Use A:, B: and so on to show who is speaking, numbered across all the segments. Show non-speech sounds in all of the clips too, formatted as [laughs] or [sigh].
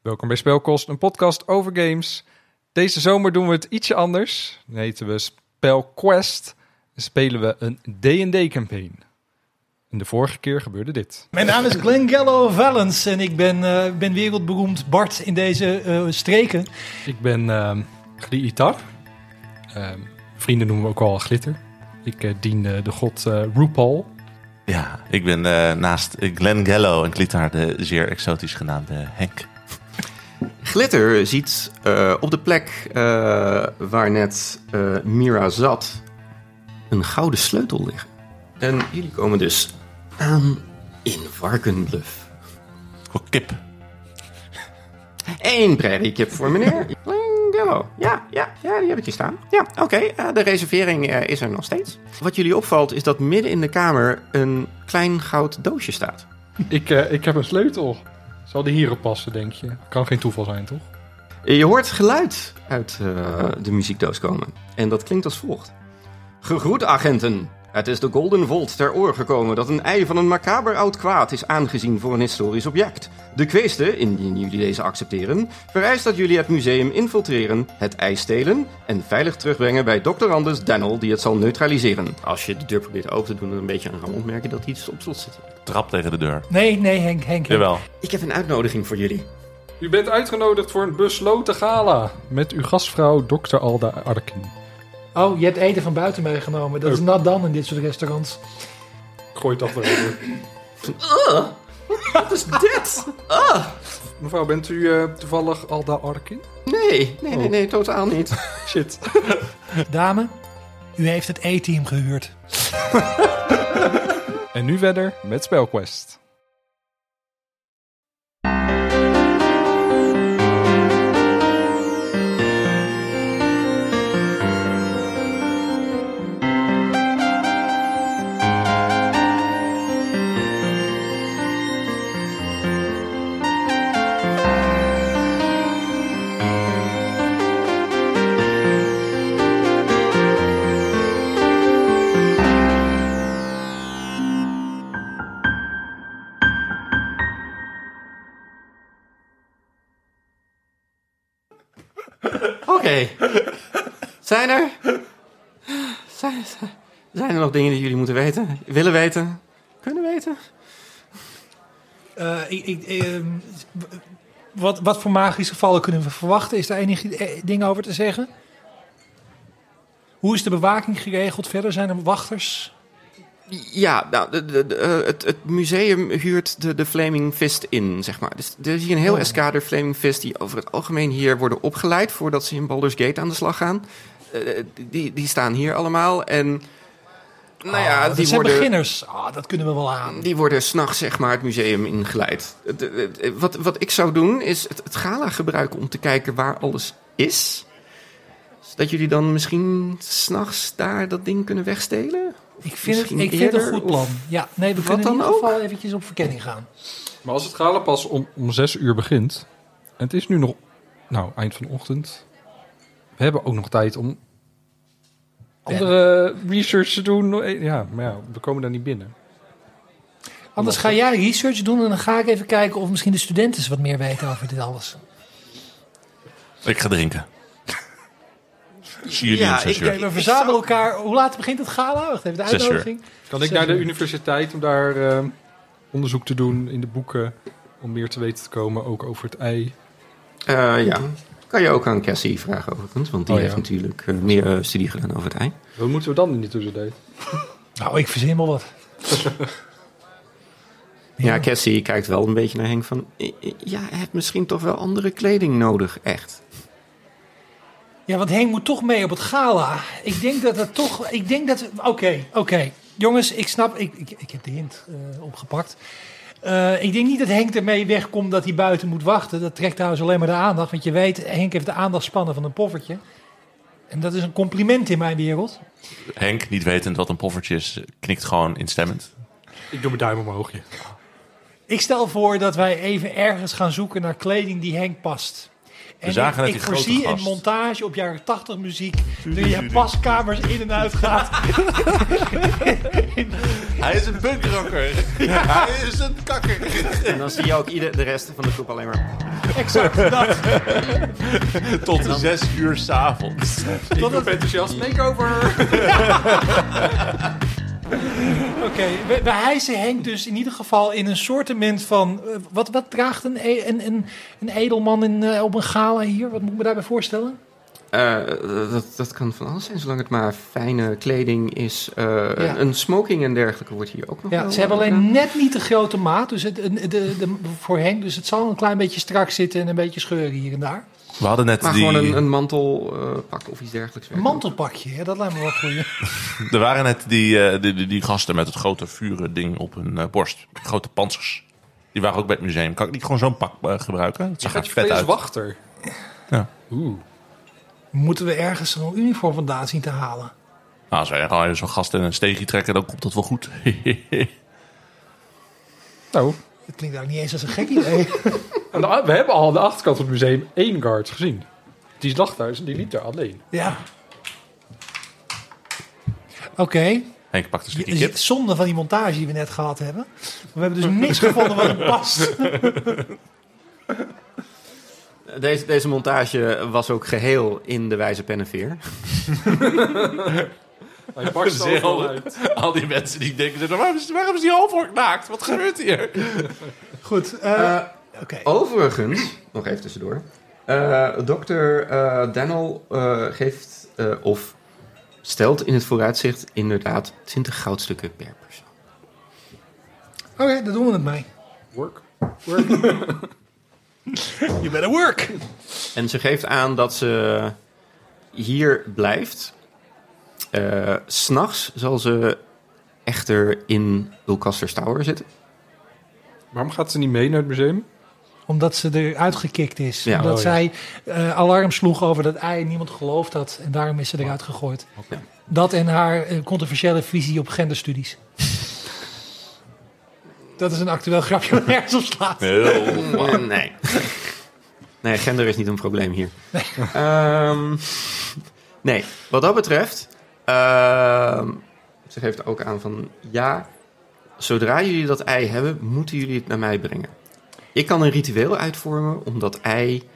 A: Welkom bij Spelkost, een podcast over games. Deze zomer doen we het ietsje anders. Dan heten we Spelquest en spelen we een D&D-campaign. En de vorige keer gebeurde dit.
B: Mijn naam is Glenn Gallo Valens en ik ben, eh, ik ben wereldberoemd Bart in deze eh, streken.
A: Ik ben ehm Glitar. Ehm, vrienden noemen we ook al Glitter. Ik eh, dien eh, de god eh RuPaul.
C: Ja, ik ben eh, naast Glenn Gallo en Klitaar de zeer exotisch genaamde Henk.
D: Glitter ziet eh, op de plek eh, waar net eh, Mira zat een gouden sleutel liggen. En jullie komen dus aan in Varkenbluff.
C: Oh, kip.
D: Eén prairiekip voor meneer. Lingello. Ja, ja, ja, die heb ik hier staan. Ja, oké, eh, de reservering eh, is er nog steeds. Wat jullie opvalt is dat midden in de kamer een klein goud doosje staat.
A: [laughs] Ik, eh, ik heb een sleutel. Zal die hierop passen, denk je? Kan geen toeval zijn, toch?
D: Je hoort geluid uit eh, de muziekdoos komen. En dat klinkt als volgt. Gegroet agenten. Het is de Golden Volt ter oor gekomen dat een ei van een macaber oud kwaad is aangezien voor een historisch object. De kwestie, indien jullie deze accepteren, vereist dat jullie het museum infiltreren, het ei stelen en veilig terugbrengen bij Dr. Anders Dennel die het zal neutraliseren. Als je de deur probeert open te doen en een beetje aan gaan opmerken dat iets op slot zit.
C: Trap tegen de deur.
B: Nee, nee, Henk, Henk. Henk.
C: Jawel.
D: Ik heb een uitnodiging voor jullie.
A: U bent uitgenodigd voor een besloten gala. Met uw gastvrouw Dr. Alda Arkin.
B: Oh, je hebt eten van buiten meegenomen. Dat is
A: Oh.
B: nat dan in dit soort restaurants.
A: Gooi dat erover.
D: Wat is dit?
A: Mevrouw, bent u eh, toevallig Alda Arkin?
D: Nee, nee, nee, nee, totaal niet.
A: Shit. [laughs]
B: Dame, u heeft het E-team gehuurd.
A: En nu verder met Spelquest.
D: Oké. Zijn er... Zijn, zijn er nog dingen die jullie moeten weten? Willen weten? Kunnen weten?
B: Eh, ik, ik, ehm, wat, wat voor magische gevallen kunnen we verwachten? Is daar enig eh, ding over te zeggen? Hoe is de bewaking geregeld? Verder zijn er wachters.
D: Ja, nou, de, de, de, eh, het, het museum huurt de, de Flaming Fist in, zeg maar. Dus er is hier een heel
B: Oh.
D: eskader Flaming Fist... die over het algemeen hier worden opgeleid... voordat ze in Baldur's Gate aan de slag gaan. Eh, die, die staan hier allemaal en... Nou
B: Ah,
D: ja,
B: dat
D: die
B: zijn
D: worden...
B: beginners. Ah, dat kunnen we wel aan.
D: Die worden s'nachts zeg maar het museum ingeleid. Het- het- het- Wat, wat ik zou doen is het, het gala gebruiken om te kijken waar alles is. Zodat jullie dan misschien s'nachts daar dat ding kunnen wegstelen.
B: Ik vind, het,
D: Misschien
B: ik vind het een
D: eerder,
B: goed plan.
D: of
B: Ja, nee, we
D: wat
B: kunnen in
D: dan
B: ieder
D: ook?
B: geval eventjes op verkenning gaan.
A: Maar als het gala pas om, om zes uur begint... en het is nu nog... nou, eind van de ochtend... we hebben ook nog tijd om... andere research te doen. Eh, Ja, maar ja, we komen daar niet binnen.
B: Anders ga jij research doen en dan ga ik even kijken of misschien de studenten wat meer weten over dit alles.
C: Ik ga drinken. Jullie
D: Ja,
C: om zes
D: ik
C: uur.
D: denk-
B: we
D: Ik
B: verzamelen
D: zou-
B: elkaar. Hoe laat begint het gala? Wacht even, de
C: Zes uur.
B: uitnodiging.
A: Kan ik
B: Zes
A: naar de
B: uur.
A: universiteit om daar eh, onderzoek te doen in de boeken... om meer te weten te komen, ook over het ei...
D: Eh, ja, kan je ook aan Cassie vragen overigens. Want die
A: Oh, ja.
D: heeft natuurlijk eh, meer eh, studie gedaan over het ei.
A: Wat moeten we dan in de tussentijd?
B: Nou, ik verzin wel wat.
D: Ja, Cassie kijkt wel een beetje naar Henk van... "Eh, eh, Ja, hij heeft misschien toch wel andere kleding nodig, echt.
B: Ja, want Henk moet toch mee op het gala. Ik denk dat dat toch. Ik denk dat. Oké, oké. Jongens, ik snap. Ik, ik, ik heb de hint eh, opgepakt. Eh, ik denk niet dat Henk ermee wegkomt dat hij buiten moet wachten. Dat trekt trouwens alleen maar de aandacht. Want je weet, Henk heeft de aandachtspannen van een poffertje. En dat is een compliment in mijn wereld.
C: Henk, niet wetend wat een poffertje is, knikt gewoon instemmend.
A: Ik doe mijn duim omhoog. ja.
B: Ik stel voor dat wij even ergens gaan zoeken naar kleding die Henk past. En ik-
C: zagen net
B: ik
C: die grote
B: voorzie een
C: gast.
B: montage op jaren 80 muziek. Nu je paskamers in en uit gaat.
C: Hij is een punkrocker. [laughs] Hij is een kakker.
D: En dan zie je ook ieder, de rest van de groep alleen maar...
B: exact dat.
C: Tot de zes uur s'avonds.
B: dat het-
A: Enthousiast makeover.
B: Oké, we, we hijsen Henk dus in ieder geval in een soortement van... eh, wat, wat draagt een, e- een, een, een edelman in, eh, op een gala hier? Wat moet ik me daarbij voorstellen?
D: Eh, dat, dat kan van alles zijn, zolang het maar fijne kleding is. Eh, een- Een smoking en dergelijke wordt hier ook nog
B: Ja,
D: wel,
B: ze hebben
D: eh,
B: alleen net niet de grote maat dus het, de, de, de- voor Henk. Dus het zal een klein beetje strak zitten en een beetje scheuren hier en daar.
C: We hadden net
D: Maar
C: die...
D: gewoon een, een mantelpak of iets dergelijks.
B: Een
D: werkt ook.
B: mantelpakje, hè, dat lijkt me wel goed. [laughs]
C: Er waren net die, eh, die, die, die gasten met het grote vuren ding op hun eh, borst. Grote panzers. Die waren ook bij het museum. Kan ik niet gewoon zo'n pak eh, gebruiken? Het zag
A: Gaat
C: er
A: je
C: vet uit.
A: wachter.
C: Ja.
A: Oeh.
B: Moeten we ergens een uniform vandaan zien te halen?
C: Nou, als wij gewoon even zo'n gast in een steegje trekken, dan komt dat wel goed. [laughs]
A: Nou,
B: Dat klinkt eigenlijk niet eens als een gek idee.
A: aan de- we hebben al aan de achterkant van het museum één guard gezien. Die lag thuis en die liep daar alleen.
B: ja. Oké.
C: Henk pakt een stukje
B: Is
C: kip.
B: het zonde van die montage die we net gehad hebben. We hebben dus niks gevonden wat hem past.
D: Deze, deze montage was ook geheel in de wijze pen en veer.
A: Hij barst [laughs]
C: Zeer.
A: overal uit.
C: Al die mensen die denken, zo, waarom is, waarom is die halfwork naakt? Wat gebeurt hier?
B: Goed. eh,
D: Eh,
B: Oké.
D: Overigens, nog even tussendoor. eh dokter eh Daniel eh, geeft eh, of stelt in het vooruitzicht inderdaad 20 goudstukken per persoon.
B: Oké, daar doen we het mee.
A: Work.
B: You better work.
D: En ze geeft aan dat ze hier blijft. Eh, S S'nachts zal ze echter in Ulcaster Tower zitten.
A: Waarom gaat ze niet mee naar het museum?
B: Omdat ze eruit gekikt is.
D: Ja.
B: Omdat
A: Oh, ja.
B: zij eh, alarm sloeg over dat ei en niemand geloofd had. En daarom is ze eruit gegooid.
D: Oké.
B: Dat en haar eh, controversiële visie op genderstudies. dat is een actueel grapje wat nergens op slaat.
D: Eh, nee. [laughs] Nee, gender is niet een probleem hier. Ehm, nee, wat dat betreft. ehm, ze geeft ook aan van ja. Zodra jullie dat ei hebben, moeten jullie het naar mij brengen. Ik kan een ritueel uitvormen om dat ei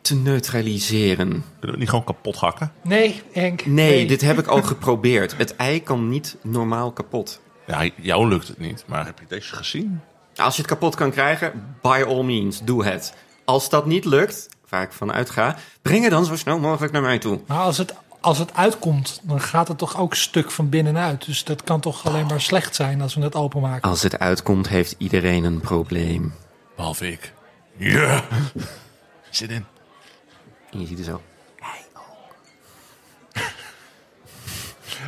D: te neutraliseren.
C: Kunnen we het niet gewoon kapot hakken?
B: Nee, Henk.
D: Nee, dit heb ik al geprobeerd. Het ei kan niet normaal kapot.
C: Ja, jou lukt het niet, maar heb je deze gezien?
D: Als je het kapot kan krijgen, by all means, doe het. Als dat niet lukt, waar ik van uitga, breng het dan zo snel mogelijk naar mij toe.
B: Maar als het, als het uitkomt, dan gaat het toch ook stuk van binnenuit. Dus dat kan toch alleen maar slecht zijn als we het openmaken.
D: Als het uitkomt, heeft iedereen een probleem.
C: Behalve ik. Ja! Zit in.
D: En je ziet er zo.
C: Ah.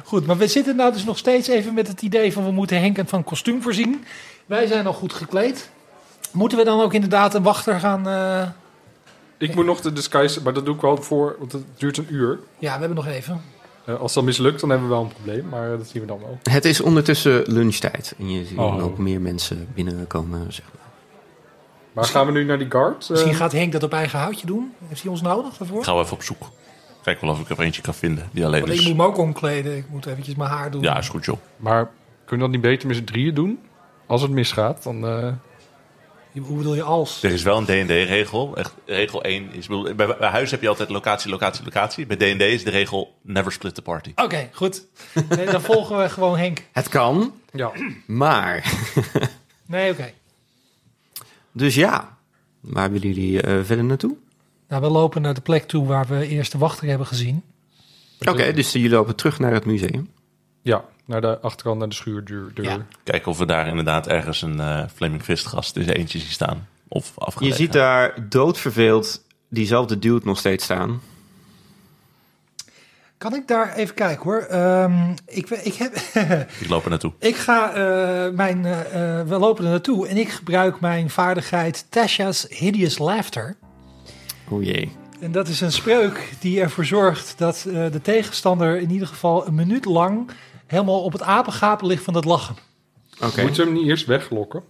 B: Goed, maar we zitten nou dus nog steeds even met het idee van we moeten Henk van een kostuum voorzien. Wij zijn al goed gekleed. Moeten we dan ook inderdaad een wachter gaan... eh,
A: Ik moet nog de disguise, maar dat doe ik wel voor, want het duurt een uur.
B: Ja, we hebben nog even.
A: Eh, als dat mislukt, dan hebben we wel een probleem, maar dat zien we dan wel.
D: Het is ondertussen lunchtijd. En je ziet
A: Oh.
D: ook meer mensen binnenkomen. Zeg maar.
A: Maar gaan we nu naar die guard? Eh,
B: Misschien gaat Henk dat op eigen houtje doen. Heeft hij ons nodig
C: Ik
B: daarvoor?
C: ga wel even op zoek. Kijk wel of ik er eentje kan vinden die alleen
B: Want ik moet
C: is.
B: me ook omkleden. Ik moet eventjes mijn haar doen.
C: dus- Ja, is goed joh.
A: Maar kunnen we dat niet beter met z'n drieën doen? Als het misgaat, dan... eh,
B: Hoe bedoel je als?
C: Er is wel een D&D-regel. Echt, Regel 1 is... ik bedoel, Bij, bij huis heb je altijd locatie, locatie, locatie. Bij D&D is de regel never split the party.
B: Oké, goed. Nee, dan volgen we gewoon Henk.
D: Het kan,
A: ja.
D: maar.
B: Nee, oké.
D: Dus ja, waar willen jullie eh, verder naartoe?
B: Nou, we lopen naar de plek toe waar we eerst de wachter hebben gezien.
D: Oké, dus jullie lopen terug naar het museum.
A: ja, naar de achterkant, naar de schuurdeur. deur.
B: Ja.
C: Kijken of we daar inderdaad ergens een eh Flaming Fist gast in zijn eentje zien staan. Of
D: Je
C: afgelegen.
D: ziet daar doodverveeld diezelfde dude nog steeds staan.
B: Kan ik daar even kijken hoor. Ehm, ik, we- ik, heb, [laughs]
C: Ik loop er naartoe.
B: ik ga eh, mijn. eh, eh, we lopen er naartoe en ik gebruik mijn vaardigheid Tasha's Hideous Laughter.
D: O jee.
B: En dat is een spreuk die ervoor zorgt dat eh, de tegenstander in ieder geval een minuut lang helemaal op het apengapen ligt van dat lachen.
D: Oké.
A: Moeten we hem niet eerst weglokken?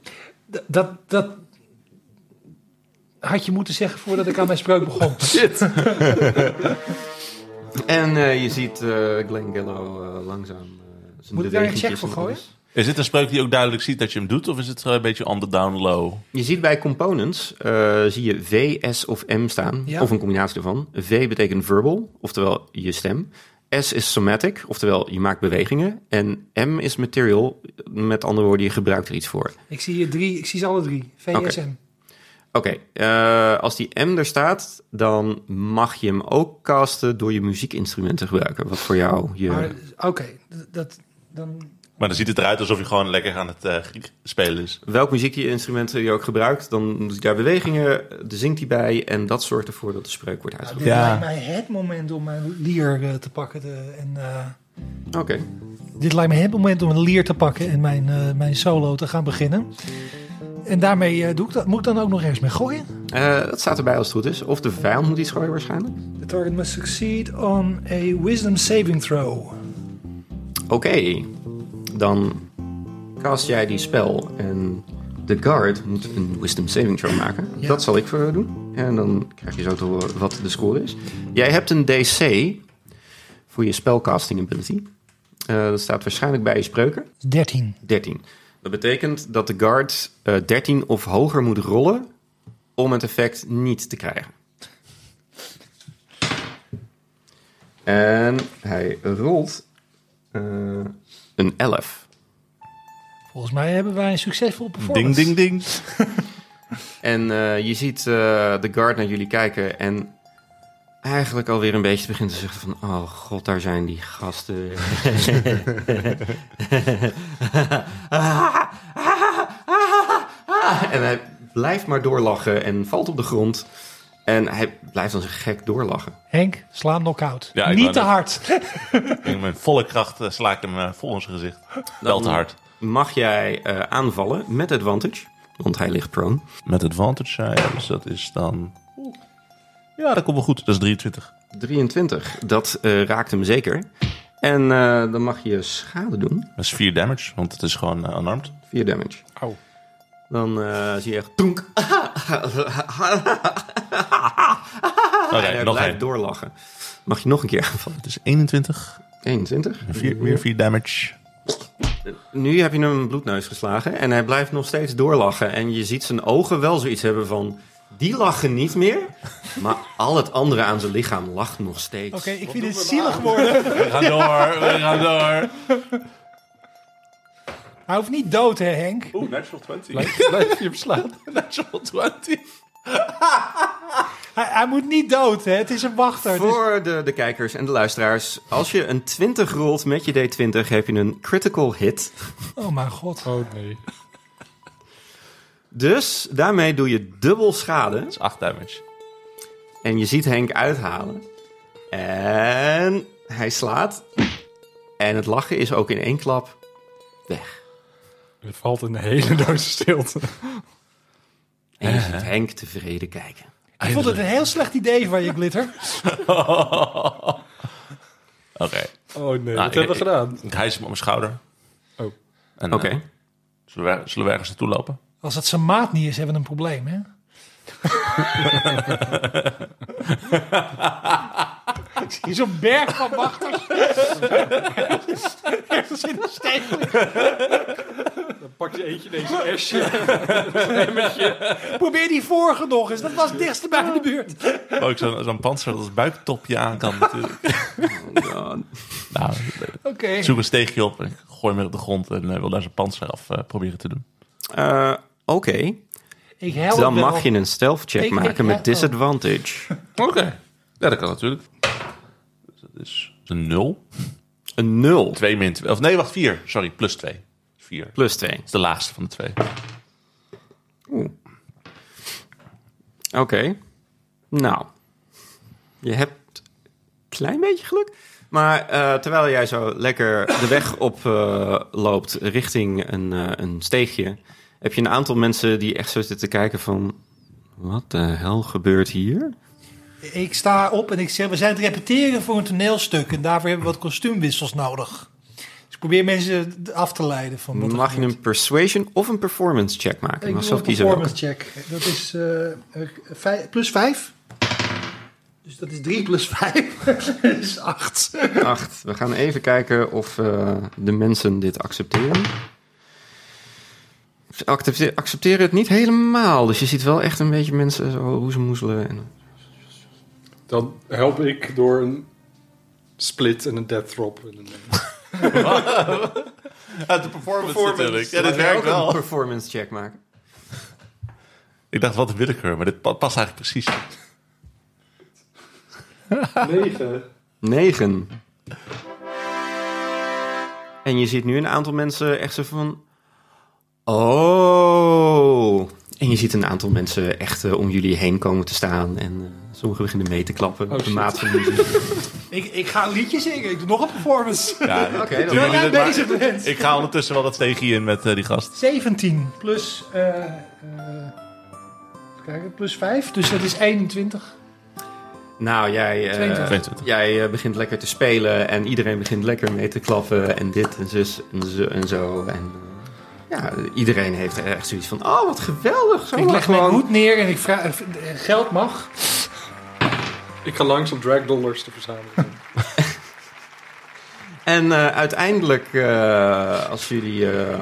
B: D- dat. dat had je moeten zeggen voordat ik aan mijn spreuk [laughs] begon.
D: Shit. en eh, je ziet eh Glenn Gallo eh, langzaam eh, zijn
B: Moet ik daar een
D: bewegingetjes
B: check voor
D: en
B: gooien?
D: alles.
C: Is dit een spreuk die ook duidelijk ziet dat je hem doet? Of is het eh, een beetje on the down low?
D: Je ziet bij components, eh, zie je V, S of M staan.
B: Ja.
D: Of een combinatie ervan. V betekent verbal, oftewel je stem. S is somatic, oftewel je maakt bewegingen. En M is material, met andere woorden, je gebruikt er iets voor.
B: Ik zie hier drie, ik zie ze alle drie. VSM.
D: Oké, eh, als die M er staat, dan mag je hem ook casten door je muziekinstrument te gebruiken. Wat voor jou je...
B: Maar, Oké, d- dat dan.
C: Maar dan ziet het eruit alsof je gewoon lekker aan het eh, Griek spelen is.
D: welk muziekinstrument je ook gebruikt, dan doet hij daar bewegingen, er zingt hij bij en dat zorgt ervoor dat de spreuk wordt
B: Nou,
D: uitgevoerd.
B: dit
C: Ja.
B: lijkt mij het moment om mijn lier eh, te pakken. te- en, eh,
D: Oké,
B: dit lijkt mij het moment om een lier te pakken en mijn, eh, mijn solo te gaan beginnen. En daarmee eh, doe ik dat. Moet ik dan ook nog ergens mee gooien?
D: Eh, dat staat erbij als het goed is. Of de vijand moet iets gooien waarschijnlijk.
B: The target must succeed on a wisdom saving throw.
D: Oké, dan cast jij die spel en de guard moet een wisdom saving throw maken.
B: Ja.
D: Dat zal ik voor jou doen. En dan krijg je zo te horen wat de score is. Jij hebt een DC voor je spellcasting ability. Eh, dat staat waarschijnlijk bij je spreuken.
B: 13.
D: 13. Dat betekent dat de guard eh 13 of hoger moet rollen om het effect niet te krijgen. En hij rolt eh, een 11.
B: Volgens mij hebben wij een succesvol performance.
C: Ding, ding, ding.
D: En eh, je ziet eh, de guard naar jullie kijken en eigenlijk alweer een beetje begint te zeggen van... Oh god, daar zijn die gasten. en hij blijft maar doorlachen en valt op de grond. En hij blijft dan gek doorlachen.
B: Henk, sla hem knock-out.
C: Ja, ik
B: Niet
C: wou
B: te
C: net-
B: hard.
C: In mijn volle kracht eh, sla ik hem eh, vol in zijn gezicht. Wel te hard.
D: Mag jij eh, aanvallen met advantage, want hij ligt prone.
C: Met advantage, ja, ja, dus dat is dan... Ja, dat komt wel goed. Dat is 23.
D: 23, dat eh, raakt hem zeker. En eh, dan mag je schade doen.
C: Dat is 4 damage, want het is gewoon eh, unarmed.
D: 4 damage.
A: Au.
D: Dan eh, zie je echt [laughs] toenk.
C: Oké,
D: en hij
C: nog
D: blijft
C: één.
D: doorlachen. Mag je nog een keer [laughs] aanvallen?
C: Het is 21.
D: 21.
C: Vier, weer 4
D: [laughs]
C: damage.
D: Nu heb je hem een bloedneus geslagen en hij blijft nog steeds doorlachen. En je ziet zijn ogen wel zoiets hebben van... Die lachen niet meer, [laughs] maar al het andere aan zijn lichaam lacht nog steeds.
B: Oké, ik vind dit zielig
C: nou?
B: worden.
C: We gaan door, we gaan door.
B: Hij hoeft niet dood, hè, Henk?
C: Oeh, natural 20.
A: Blijf, blijf je hem slaan. [laughs]
C: natural 20.
B: Hij, hij moet niet dood, hè? Het is een wachter. Het is-
D: Voor de, de kijkers en de luisteraars. Als je een 20 rolt met je D20, heb je een critical hit.
B: Oh, mijn god.
A: Oh nee.
D: Dus daarmee doe je dubbel schade.
C: Dat is 8 damage. [laughs]
D: En je ziet Henk uithalen. En hij slaat. En het lachen is ook in één klap weg.
A: Er valt een hele doos stilte.
D: En je ziet Henk tevreden kijken.
B: Ik vond het een heel slecht idee van je, Glitter.
C: Oké,
A: Oh nee,
C: Nou,
A: dat
C: ik-
A: hebben we
C: ik-
A: gedaan.
C: ik hijs hem op mijn schouder.
A: Oh.
C: En,
D: Oké.
C: eh, zullen, we, zullen we ergens naartoe lopen?
B: Als dat zijn maat niet is, hebben we een probleem, hè? [laughs] Ik zie zo'n berg van [laughs] wachters. Ergens in de steeg.
A: Dan pak je eentje deze asje.
B: Probeer die vorige nog eens. Dat was het dichtst bij in de buurt.
C: Oh, ik zo'n zo'n panzer dat het buiktopje aan [laughs] kan natuurlijk. nou,
B: Oké.
C: ik zoek een steegje op en ik gooi hem op de grond en eh, wil daar zijn panzer af eh, proberen te doen.
D: Eh, Oké,
B: Nou, Ik help
D: dan
B: wel.
D: mag je een stealth check
B: Ik- ik-
D: maken met
B: oh.
D: disadvantage.
C: Oké, ja, dat kan natuurlijk. Dus dat is een 0.
D: Een 0
C: 2 min 2. Of nee, wacht, 4. Sorry, plus 2. 4. Dat
D: plus 2.
C: is de laagste van de twee.
D: Oké. Nou, je hebt een klein beetje geluk. Maar eh, terwijl jij zo lekker de
E: [coughs]
D: weg op eh, loopt richting een, eh, een steegje, heb je een aantal mensen die echt zo zitten te kijken van, wat de hel gebeurt hier?
B: Ik sta op en ik zeg, we zijn het repeteren voor een toneelstuk. En daarvoor hebben we wat kostuumwissels nodig. Dus ik Probeer mensen af te leiden van wat er
D: Mag je
B: gebeurt.
D: een persuasion of een performance check maken? Je
E: Ik
D: mag
E: doe een
D: zelf kiezen welke.
E: performance check. Dat is eh, eh, vij- plus 5. Dus dat is 3 plus 5. [laughs] dat is 8.
D: Acht. We gaan even kijken of eh, de mensen dit accepteren. Ze accepte- accepteren het niet helemaal. Dus je ziet wel echt een beetje mensen zo hoezemoezelen. En...
A: Dan help ik door een split en een death drop. En een,
C: Uit de performance, natuurlijk. Ja, dit
D: Laten we
C: werkt
D: ook een
C: wel.
D: performance check maken.
C: Ik dacht, wat een willekeur, maar dit pa- past eigenlijk precies.
A: 9.
D: Negen. En je ziet nu een aantal mensen echt zo van... Oh. En je ziet een aantal mensen echt eh, om jullie heen komen te staan. En eh, sommigen beginnen mee te klappen.
C: Oh,
D: op de
A: shit.
D: maat van de muziek.
B: Ik, ik ga een liedje zingen. Ik doe nog een performance.
C: Ja,
D: Oké, dan
C: doen
D: ben
C: jullie
B: jij
C: dit maar.
B: bezig bent.
C: Ik ga ondertussen wel dat steegje in met eh, die gast.
E: 17 plus, eh, eh, even kijken, plus 5. Dus dat is 21.
D: Nou, jij, eh,
C: 22.
D: jij eh, begint lekker te spelen en iedereen begint lekker mee te klappen en dit en zus en zo. En zo. En, eh, ja, iedereen heeft echt zoiets van, oh, wat geweldig. Zo
B: Ik leg mijn
D: gewoon.
B: hoed neer en ik vraag... eh, Geld mag.
A: Ik ga langs om drag dollars te verzamelen.
D: En eh, uiteindelijk, eh, als jullie, eh,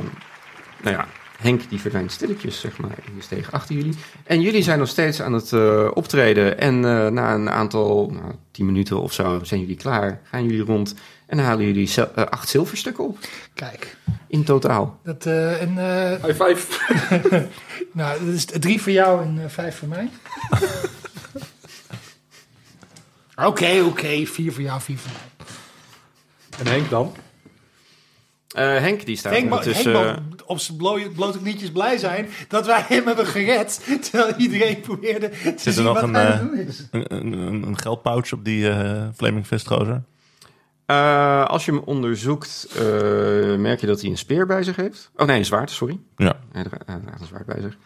D: nou ja, Henk die verdwijnt stilletjes, zeg maar, in de steeg achter jullie. En jullie zijn nog steeds aan het eh, optreden. En eh, na een aantal, nou, tien minuten of zo, zijn jullie klaar. Gaan jullie rond en halen jullie zel- eh, acht zilverstukken op
E: Kijk,
D: in totaal.
E: dat, eh, en, eh,
A: High five.
B: [laughs]
E: nou, dat is 3 voor jou
B: eh,
E: en 5 voor mij. Oké, oké, 4 voor jou, 4 voor mij.
A: En Henk dan?
D: Eh, Henk die staat
B: Henk mag
D: ondertussen. eh,
B: Henk
C: eh,
B: mag op zijn blo blote knietjes blij zijn dat wij hem hebben gered. Terwijl iedereen probeerde te
C: er
B: zien
C: nog
B: wat
C: een,
B: hij aan het
C: eh,
B: doen is.
C: Een, een, een geldpouch op die eh, Flaming Fist gozer.
D: eh, als je hem onderzoekt, eh, merk je dat hij een speer bij zich heeft. Oh nee, een zwaard, sorry.
C: Ja.
D: Hij dra- hij draagt een zwaard bij zich.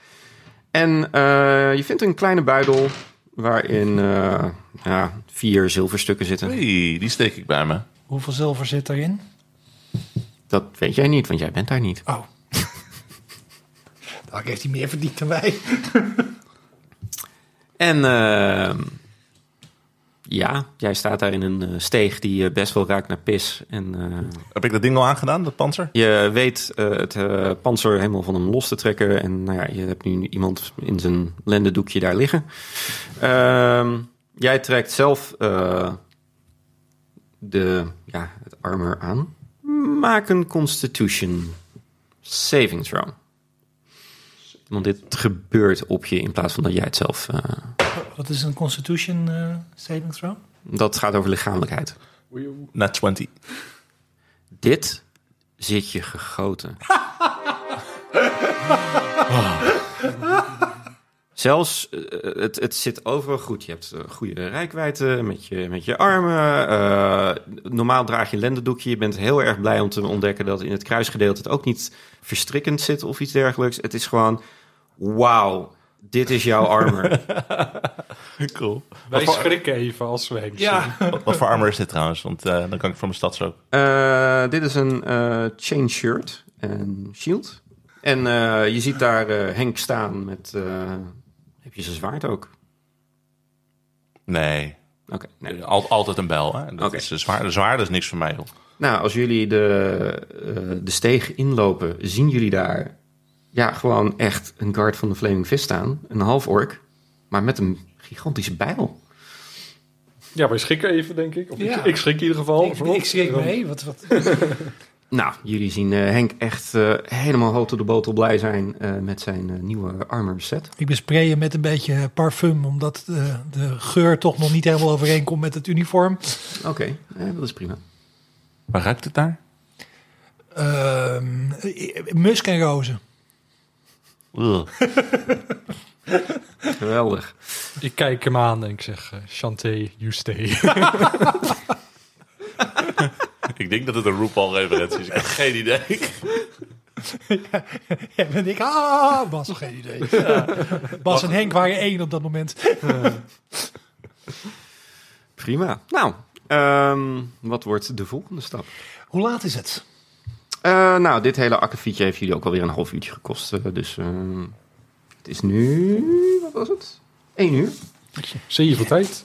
D: En eh, je vindt een kleine buidel waarin eh, ja, vier zilverstukken zitten.
C: Hey, die steek ik bij me.
B: Hoeveel zilver zit erin?
D: Dat weet jij niet, want jij bent daar niet.
B: Oh. [laughs] Nou, heeft hij meer verdiend dan wij.
D: En eh, ja, jij staat daar in een eh, steeg die eh, best wel ruikt naar pis. En eh,
C: Heb ik dat ding al aangedaan, dat panzer?
D: Je weet eh, het eh, panzer helemaal van hem los te trekken. En nou ja, je hebt nu iemand in zijn lendendoekje daar liggen. Ehm, jij trekt zelf eh, de, ja, het armor aan. Maak een constitution saving throw. Want dit gebeurt op je in plaats van dat jij het zelf... eh,
B: Wat is een constitution eh, saving throw?
D: dat gaat over lichamelijkheid.
C: Na 20.
D: Dit zit je gegoten. Oh. Zelfs, eh, het, het zit overal goed. Je hebt eh, goede rijkwijde met je, met je armen. Eh, normaal draag je een lendendoekje. Je bent heel erg blij om te ontdekken dat in het kruisgedeelte het ook niet verstrikkend zit of iets dergelijks. Het is gewoon, wauw, dit is jouw armor.
C: Cool.
A: Wij schrikken even als we Henk zien.
C: Wat, wat voor armor is dit trouwens? Want eh, dan kan ik voor mijn stads ook.
D: Eh, dit is een eh, chain shirt en shield. En eh, je ziet daar eh, Henk staan met. eh, heb je zijn zwaard ook?
C: Nee.
D: Oké. nee.
C: Al- altijd een bel. Hè? En Dat
D: Oké.
C: is de zwaar, de zwaarde is niks voor mij. Joh.
D: Nou, als jullie de, eh, de steeg inlopen, zien jullie daar. Ja, gewoon echt een guard van de Flaming Fist staan. Een half ork, maar met een gigantische bijl.
A: Ja, wij schrikken even, denk ik. Of ik-
B: Ja.
A: ik, schrik in ieder geval.
B: Ik, ik schrik mee. Wat, wat,
D: Nou, jullie zien eh, Henk echt eh, helemaal hoog tot de botel blij zijn eh, met zijn eh, nieuwe armor set.
B: Ik bespray hem met een beetje parfum, omdat de, de geur toch nog niet helemaal overeenkomt met het uniform.
D: Oké, eh, dat is prima.
C: Waar ruikt het daar?
B: Ehm, musk en rozen. [laughs]
C: [laughs] Ugh.
D: Geweldig.
A: Ik kijk hem aan en ik zeg, eh, Chanté, you stay.
C: ik denk dat het een RuPaul-referentie is. Ik heb geen idee.
B: Ja, ben ik. Ah, Bas, geen idee. Bas en Henk waren één op dat moment.
D: Prima. Nou, ehm, wat wordt de volgende stap?
B: Hoe laat is het?
D: Eh, nou, dit hele akkefietje heeft jullie ook alweer een half uurtje gekost. eh, dus eh, het is nu... Wat was het? 1 uur.
A: Zie je veel tijd. [laughs]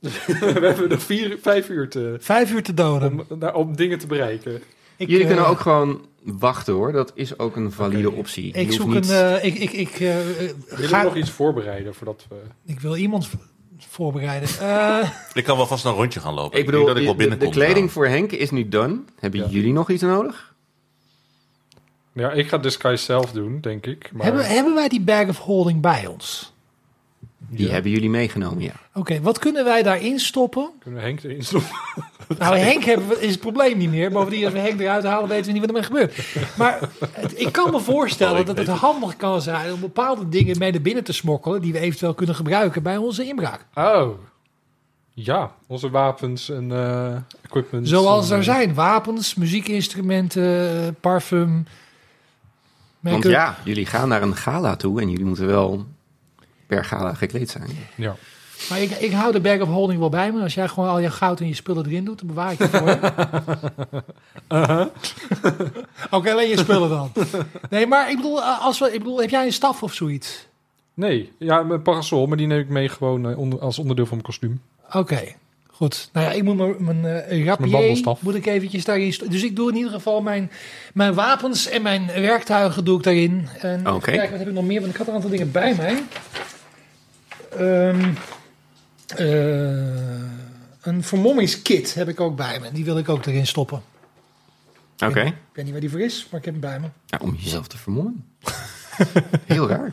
A: We hebben nog vier, vijf uur te,
B: Vijf uur te doden.
A: om, nou, om dingen te bereiken.
B: Ik,
D: jullie
B: eh,
D: kunnen ook gewoon wachten hoor. Dat is ook een valide optie. Je
B: Ik
D: hoeft
B: zoek
D: niet-
B: een. eh, ik, ik, ik, eh, eh,
A: Wil
B: ga-
A: je nog iets voorbereiden voordat we...
B: ik wil iemand v- voorbereiden.
D: [laughs]
B: Eh,
C: Ik kan wel vast een rondje gaan lopen.
D: Ik bedoel,
C: denk dat ik wel
D: de- de,
C: binnenkom.
D: kleding voor Henk is nu done. Hebben
A: Ja.
D: jullie nog iets nodig?
A: Nou Ja, ik ga Disguise zelf doen, denk ik. Maar
B: hebben, hebben wij die bag of holding bij ons?
D: Die hebben jullie meegenomen, ja.
B: Oké, wat kunnen wij daarin stoppen?
A: kunnen we Henk erin stoppen?
B: Nou, Henk hebben we- is het probleem niet meer. Bovendien, als we Henk eruit halen, weten we niet wat ermee gebeurt. Maar het- ik kan me
C: Oh,
B: voorstellen
C: ik
B: dat het
C: weet
B: handig kan zijn om bepaalde dingen mee naar binnen te smokkelen. die we eventueel kunnen gebruiken bij onze inbraak.
A: Oh. Ja, onze wapens en eh, equipment.
B: Zoals
A: En,
B: er
A: eh,
B: zijn: wapens, muziekinstrumenten, parfum.
D: Want
B: make-up.
D: ja, jullie gaan naar een gala toe en jullie moeten wel per gala gekleed zijn.
A: Ja.
B: Maar ik, ik hou de bag of holding wel bij me. Als jij gewoon al je goud en je spullen erin doet, dan bewaar ik het voor je.
C: [laughs] Uh-huh.
B: [laughs] Oké, alleen je spullen dan. Nee, maar ik bedoel, eh, als we, ik bedoel, heb jij een staf of zoiets?
A: Nee, ja, mijn parasol, maar die neem ik mee gewoon eh, onder, als onderdeel van mijn kostuum.
B: Oké, goed. Nou ja, ik moet mijn, mijn eh, rapier,
A: wandelstaf.
B: moet ik eventjes daarin... sto- Dus ik doe in ieder geval mijn, mijn wapens en mijn werktuigen doe ik daarin. En even
D: Oké.
B: kijken, wat heb ik nog meer? Want ik had een aantal dingen bij mij. Ehm, eh, een vermommingskit heb ik ook bij me. Die wil ik ook erin stoppen.
D: Oké.
B: Ik weet niet waar die voor is, maar ik heb hem bij me.
D: Ja, om jezelf
B: [laughs]
D: te vermommen. Heel raar.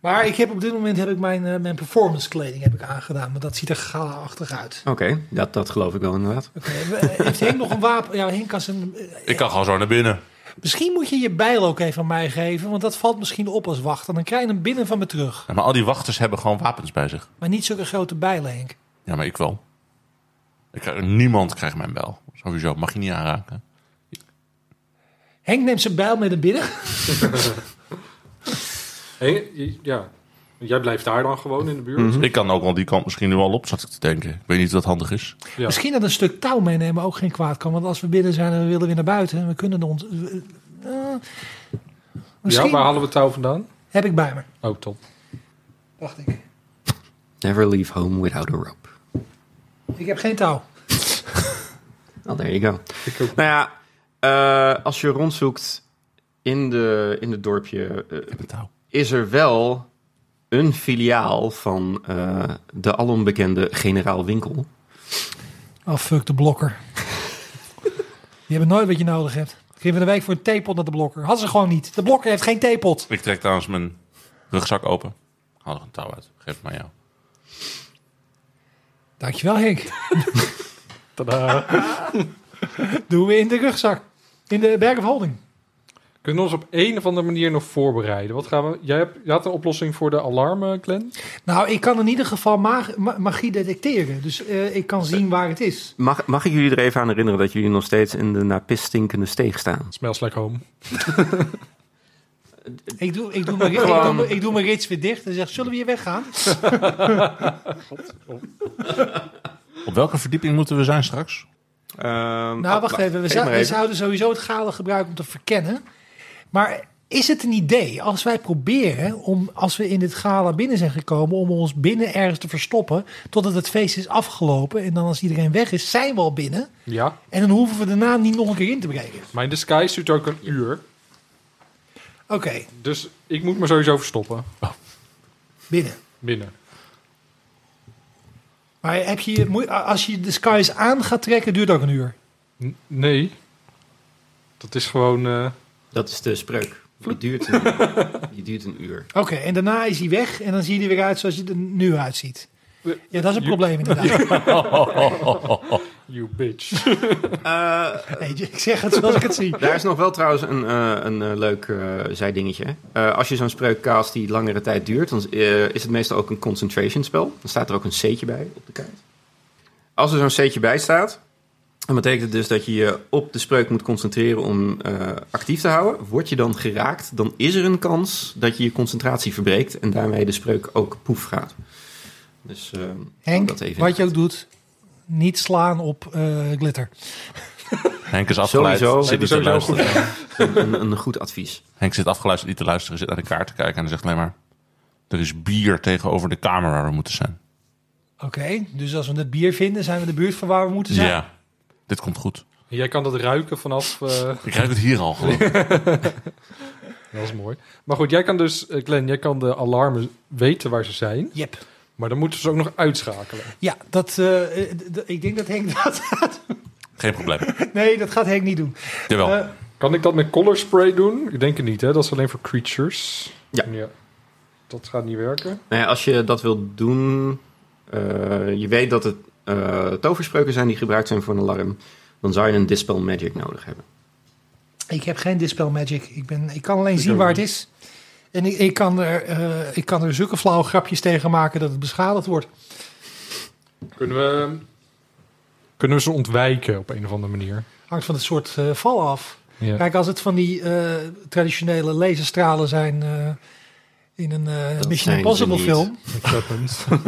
B: Maar ik heb op dit moment heb ik mijn, eh, mijn performance kleding heb ik aangedaan. Want dat ziet er gala-achtig uit.
D: Oké, dat, dat geloof ik wel inderdaad.
B: Oké, we- heeft Henk nog een wapen? Ja, Henk kan zijn... eh,
C: Ik kan gewoon zo naar binnen.
B: Misschien moet je je bijl ook even aan mij geven, want dat valt misschien op als wacht. En dan krijg je hem binnen van me terug.
C: Ja, maar al die wachters hebben gewoon wapens bij zich.
B: Maar niet zulke grote bijlen, Henk.
C: Ja, maar ik wel. Ik krijg, niemand krijgt mijn bel. Sowieso, mag je niet aanraken.
B: Henk neemt zijn bijl mee naar binnen.
A: Henk, j- ja. Jij blijft daar dan gewoon in de buurt.
B: Mhm.
C: Ik kan ook wel die kant misschien nu al op, zat ik te denken. Ik weet niet of dat handig is.
A: Ja.
B: Misschien dat een stuk touw meenemen ook geen kwaad kan. Want als we binnen zijn en we willen weer naar buiten, en we kunnen ons... eh, eh, misschien
A: Ja, waar halen we het touw vandaan?
B: heb ik bij me.
A: Oh, top.
B: Dacht ik.
D: Never leave home without a rope.
B: Ik heb geen touw.
D: Oh, there you go.
A: Ik ook.
D: Nou ja, eh, als je rondzoekt in, de, in het dorpje, eh,
C: Ik heb een touw.
D: is er wel een filiaal van eh, de alombekende generaal Winkel.
B: Oh, fuck de blokker. Die hebben nooit wat je nodig hebt. Geven een week voor een theepot naar de blokker. Had ze gewoon niet. De blokker heeft geen theepot.
C: Ik trek trouwens mijn rugzak open. Haal er een touw uit. Geef het maar aan jou.
B: Dankjewel, Henk. Doen we in de rugzak. In de berg of holding.
A: Kunnen we ons op een of andere manier nog voorbereiden? Wat gaan we... Jij hebt, je had een oplossing voor de alarmen, Glenn?
B: Nou, ik kan in ieder geval mag- ma- magie detecteren. Dus eh, ik kan zien waar het is.
D: Mag, mag ik jullie er even aan herinneren dat jullie nog steeds in de naar pis stinkende steeg staan?
A: Smells like home.
B: Ik doe, ik doe, mijn, ik doe, mijn- ik doe mijn rits weer dicht en zeg, zullen we hier weggaan?
C: Op welke verdieping moeten we zijn straks?
D: Ehm,
B: Nou, wacht even. We, zou- we zouden sowieso het galen gebruiken om te verkennen. Maar is het een idee als wij proberen om, als we in dit gala binnen zijn gekomen, om ons binnen ergens te verstoppen totdat het feest is afgelopen en dan als iedereen weg is, zijn we al binnen
A: Ja.
B: en dan hoeven we daarna niet nog een keer in te breken.
A: Mijn disguise duurt ook een uur.
B: Oké,
A: Dus ik moet me sowieso verstoppen.
B: binnen.
A: Binnen.
B: Maar heb je, moe- als je de skies aan gaat trekken, duurt ook een uur.
A: N- nee. Dat is gewoon... eh,
D: Dat is de spreuk. Die duurt [laughs] een uur. Die duurt een uur.
B: Oké, en daarna is hij weg en dan zie je er weer uit zoals je er nu uitziet. Ja, dat is een
A: Je-
B: probleem inderdaad.
A: you [laughs] bitch.
D: Eh,
B: Nee, ik zeg het zoals ik het zie.
D: daar is nog wel trouwens een, eh, een eh, leuk eh, zijdingetje. Eh, als je zo'n spreuk cast die langere tijd duurt, dan eh, is het meestal ook een concentration spel. Dan staat er ook een C'tje bij op de kaart. Als er zo'n C'tje bij staat, dan betekent het dus dat je je op de spreuk moet concentreren om eh, actief te houden. Word je dan geraakt, dan is er een kans dat je je concentratie verbreekt en daarmee de spreuk ook poef gaat. Dus eh,
B: Henk,
D: dat even.
B: wat je ook doet, niet slaan op eh, glitter.
C: Henk is afgeleid.
D: Sowieso.
C: Zit niet te
F: Sowieso goed.
C: luisteren.
D: een, een goed advies.
C: Henk zit afgeluisterd niet te luisteren. Zit naar de kaart te kijken en hij zegt alleen maar... Er is bier tegenover de kamer waar we moeten zijn.
B: Oké, dus als we het bier vinden, zijn we in de buurt van waar we moeten zijn.
C: Ja. Dit komt goed.
A: Jij kan dat ruiken vanaf... eh,
C: Ik ruik het hier al. geloof ik.
A: dat is mooi. Maar goed, jij kan dus, eh, Glenn, jij kan de alarmen weten waar ze zijn.
B: Yep.
A: Maar dan moeten we ze ook nog uitschakelen.
B: Ja, dat, eh, eh, d- d- ik denk dat Henk [laughs] dat...
C: Geen probleem.
B: nee, dat gaat Henk niet doen.
C: Jawel.
B: Eh,
A: Kan ik dat met color spray doen? Ik denk het niet, hè? Dat is alleen voor creatures.
D: Ja.
A: Dat gaat niet werken.
D: Nou ja, als je dat wilt doen, eh, je weet dat het eh, toverspreuken zijn die gebruikt zijn voor een alarm, dan zou je een Dispel Magic nodig hebben.
B: Ik heb geen Dispel Magic. Ik, ben, ik kan alleen
A: Ik
B: zien
A: ook
B: waar het
A: niet.
B: is. En ik, ik, kan er, eh, ik kan er zulke flauwe grapjes tegen maken dat het beschadigd wordt.
A: Kunnen we... ehm, Kunnen we ze ontwijken op een of andere manier?
B: Hangt van het soort eh, val af.
A: Ja.
B: Kijk, als het van die eh, traditionele laserstralen zijn eh, in een eh, Mission
D: zijn ze
B: Impossible
D: niet.
B: film.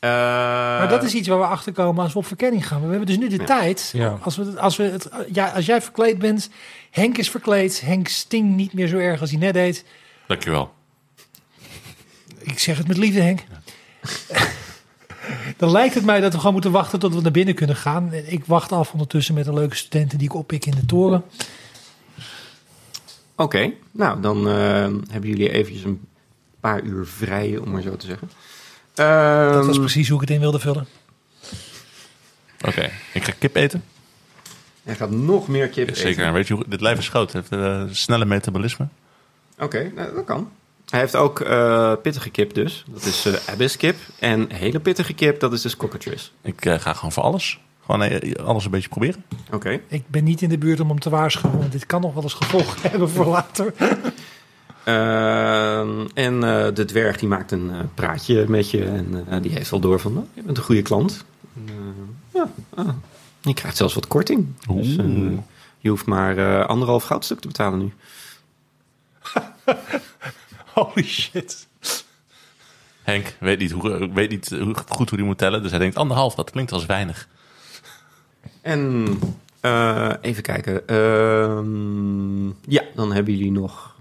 D: Eh,
B: Maar dat is iets waar we achter komen als we op verkenning gaan. Maar we hebben dus nu de
D: Ja.
B: tijd.
A: Ja.
B: Als, we, als, we het, ja, als jij verkleed bent, Henk is verkleed. Henk stinkt niet meer zo erg als hij net deed.
C: Dankjewel.
B: Ik zeg het met liefde, Henk. [laughs] Dan lijkt het mij dat we gewoon moeten wachten tot we naar binnen kunnen gaan. Ik wacht af ondertussen met een leuke studenten die ik oppik in de toren.
D: Oké, nou dan eh, hebben jullie eventjes een paar uur vrij, om maar zo te zeggen.
B: Dat was
D: Ehm,
B: precies hoe ik het in wilde vullen.
C: Oké. Ik ga kip eten.
D: Hij gaat nog meer kip
C: Ja,
D: eten.
C: zeker. En weet je hoe... Dit lijf is groot. Het heeft eh, snelle metabolisme.
D: Oké, nou, dat kan. Hij heeft ook eh, pittige kip dus. Dat is eh abyss kip. En hele pittige kip, dat is dus cockatrice.
C: Ik eh, ga gewoon voor alles. Gewoon eh, alles een beetje proberen.
D: Oké.
B: Ik ben niet in de buurt om hem te waarschuwen. Want dit kan nog wel eens gevolgen [laughs] hebben voor later.
D: Ehm, en eh, de dwerg die maakt een eh, praatje met je. En eh, die heeft al door van, nou, je bent een goede klant. En, eh, ja, ah. Je krijgt zelfs wat korting.
C: [laughs]
D: Dus, eh,
C: Oeh.
D: je hoeft maar eh, anderhalf goudstuk te betalen nu.
B: Holy shit.
C: Henk weet niet, hoe, eh, weet niet hoe, goed hoe hij moet tellen. Dus hij denkt anderhalf. Dat klinkt als [laughs] weinig.
D: En eh, even kijken. Ehm, ja, dan hebben jullie nog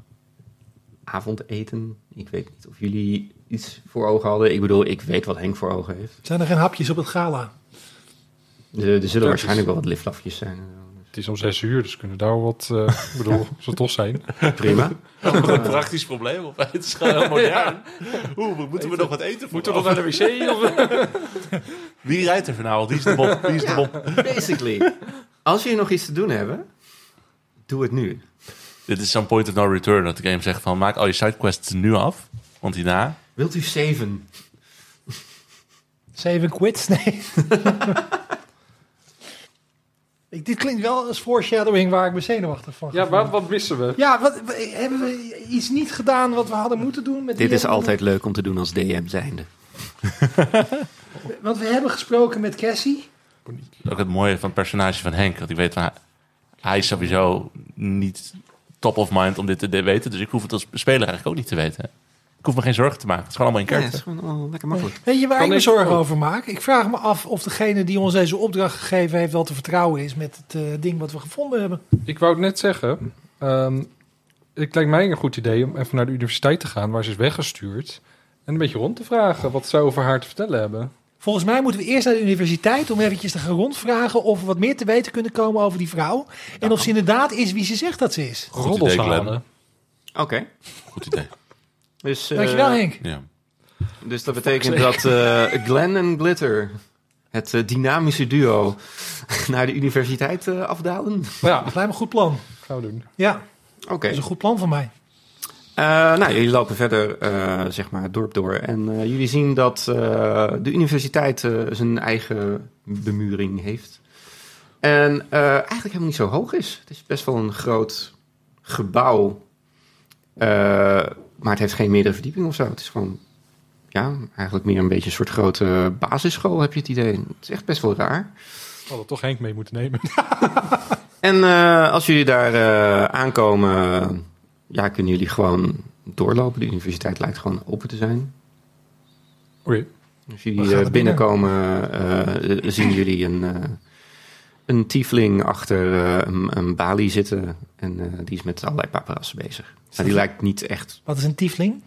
D: avondeten. Ik weet niet of jullie iets voor ogen hadden. Ik bedoel, ik weet wat Henk voor ogen heeft.
B: Zijn er geen hapjes op het gala?
D: Er, er zullen waarschijnlijk wel wat liftlafjes zijn. en zo.
A: Het is om zes uur, dus kunnen daar wat... eh, Ik bedoel, ze toch zijn.
D: eh, Prima.
C: een praktisch probleem. Of het is gewoon heel [laughs] modern. Oeh, moeten we nog wat eten? Moeten we nog
A: de wc? Of...
C: Wie rijdt er vanavond? Wie is de mop? Wie is de [laughs]
D: Ja.
C: mop?
D: Basically. Als jullie nog iets te doen hebben, doe het nu.
C: Dit is zo'n point of no return. Dat de game zegt van maak al je sidequests nu af. Want hierna...
D: Wilt u zeven?
B: Zeven quits? Nee. [laughs] ik, dit klinkt wel als foreshadowing waar ik me zenuwachtig van
A: Ja,
B: ga
A: wat,
B: voelen.
A: wat missen we?
B: Ja, wat, w- hebben we iets niet gedaan wat we hadden moeten doen? Met
D: Dit
B: die-
D: is altijd leuk om te doen als DM zijnde.
B: Want we hebben gesproken met Cassie.
C: Dat is ook het mooie van het personage van Henk. Want ik weet van hij- hij is sowieso niet top of mind om dit te weten. Dus ik hoef het als speler eigenlijk ook niet te weten. Ik hoef me geen zorgen te maken. Het is gewoon allemaal in
D: Ja, het
C: kaart.
D: is gewoon allemaal lekker makkelijk.
B: Weet je waar
A: Kan
B: ik me
A: ik-
B: zorgen
A: oh.
B: over maak? Ik vraag me af of degene die ons deze opdracht gegeven heeft wel te vertrouwen is met het eh, ding wat we gevonden hebben.
A: Ik wou het net zeggen. ehm, het lijkt mij een goed idee om even naar de universiteit te gaan, waar ze is weggestuurd. En een beetje rond te vragen wat zij over haar te vertellen hebben.
B: Volgens mij moeten we eerst naar de universiteit om eventjes te gaan rondvragen of we wat meer te weten kunnen komen over die vrouw. En of ze inderdaad is wie ze zegt dat ze is.
C: Goed idee,
A: Roddels
C: Glenn.
A: halen.
D: Oké.
C: Goed idee.
D: Dus, eh,
B: Dankjewel Henk.
C: Ja.
D: Dus dat betekent dat eh Glenn en Glitter, het eh, dynamische duo, [laughs] naar de universiteit eh, afdalen.
A: Ja,
B: Dat lijkt me een goed plan.
A: gaan we doen.
B: Ja,
D: Oké.
B: dat is een goed plan van mij.
D: Eh, nou, jullie lopen verder eh, zeg maar het dorp door. En eh, jullie zien dat eh, de universiteit eh, zijn eigen bemuring heeft. En eh, eigenlijk helemaal niet zo hoog is. Het is best wel een groot gebouw. Eh, maar het heeft geen meerdere verdieping of zo. Het is gewoon, ja, eigenlijk meer een beetje een soort grote basisschool, heb je het idee. Het is echt best wel raar.
A: Hadden we toch Henk mee moeten nemen.
D: En eh, als jullie daar eh, aankomen, eh, ja, kunnen jullie gewoon doorlopen. De universiteit lijkt gewoon open te zijn.
A: Oké.
D: Als
B: We
D: jullie
B: gaan
D: eh,
B: er binnen.
D: binnenkomen, eh, eh, zien jullie een, eh, een tiefling achter eh, een, een balie zitten. En eh, die is met allerlei paparassen bezig. Maar die lijkt niet echt
B: Wat is een tiefling?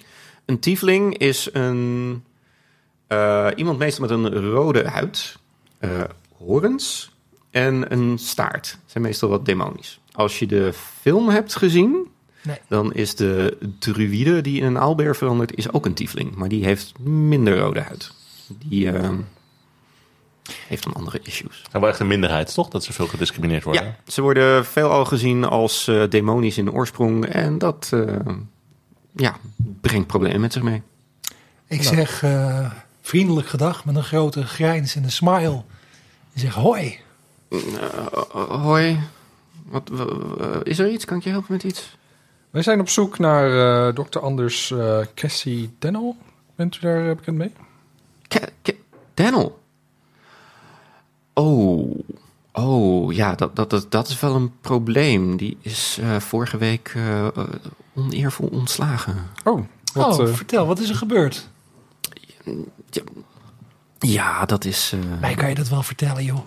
D: Een tiefling is een, eh, iemand meestal met een rode huid, eh, horens en een staart. Zijn meestal wat demonisch. Als je de film hebt gezien,
B: Nee.
D: dan is de druïde die in een aalbeer verandert, is ook een tiefling. Maar die heeft minder rode huid. Die eh, heeft dan andere issues.
C: zijn wel echt een minderheid, toch? Dat ze veel gediscrimineerd worden.
D: Ja, ze worden veelal gezien als eh, demonisch in oorsprong. En dat eh, ja, brengt problemen met zich mee.
A: Nou.
B: Ik zeg eh, vriendelijk gedag met een grote grijns en een smile. Ik zeg hoi.
D: Eh, hoi. Wat, w- w- is er iets? Kan ik je helpen met iets?
A: Wij zijn op zoek naar eh dokter Anders eh, Cassie Dennel. Bent u daar eh, bekend mee?
D: Ke- ke- Daniel. Oh. Oh, ja, dat, dat, dat, dat is wel een probleem. Die is eh, vorige week eh, eh, oneervol ontslagen.
A: Oh, wat,
B: oh,
A: eh,
B: vertel, wat is er gebeurd?
D: Ja, dat is... eh,
B: Mij kan je dat wel vertellen, joh.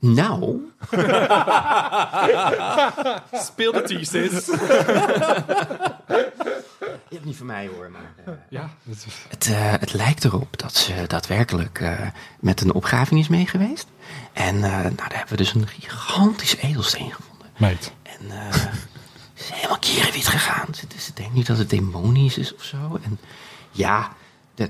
D: nou,
C: Speel de thesis.
D: je hebt niet van mij hoor, maar... eh.
A: ja, dat is-
D: Het, eh, het lijkt erop dat ze daadwerkelijk eh, met een opgraving is meegeweest. En eh, nou, daar hebben we dus een gigantische edelsteen gevonden.
A: meid.
D: En eh, [laughs] ze is helemaal kierenwit gegaan. Ze, ze denkt nu dat het demonisch is of zo. En ja, de,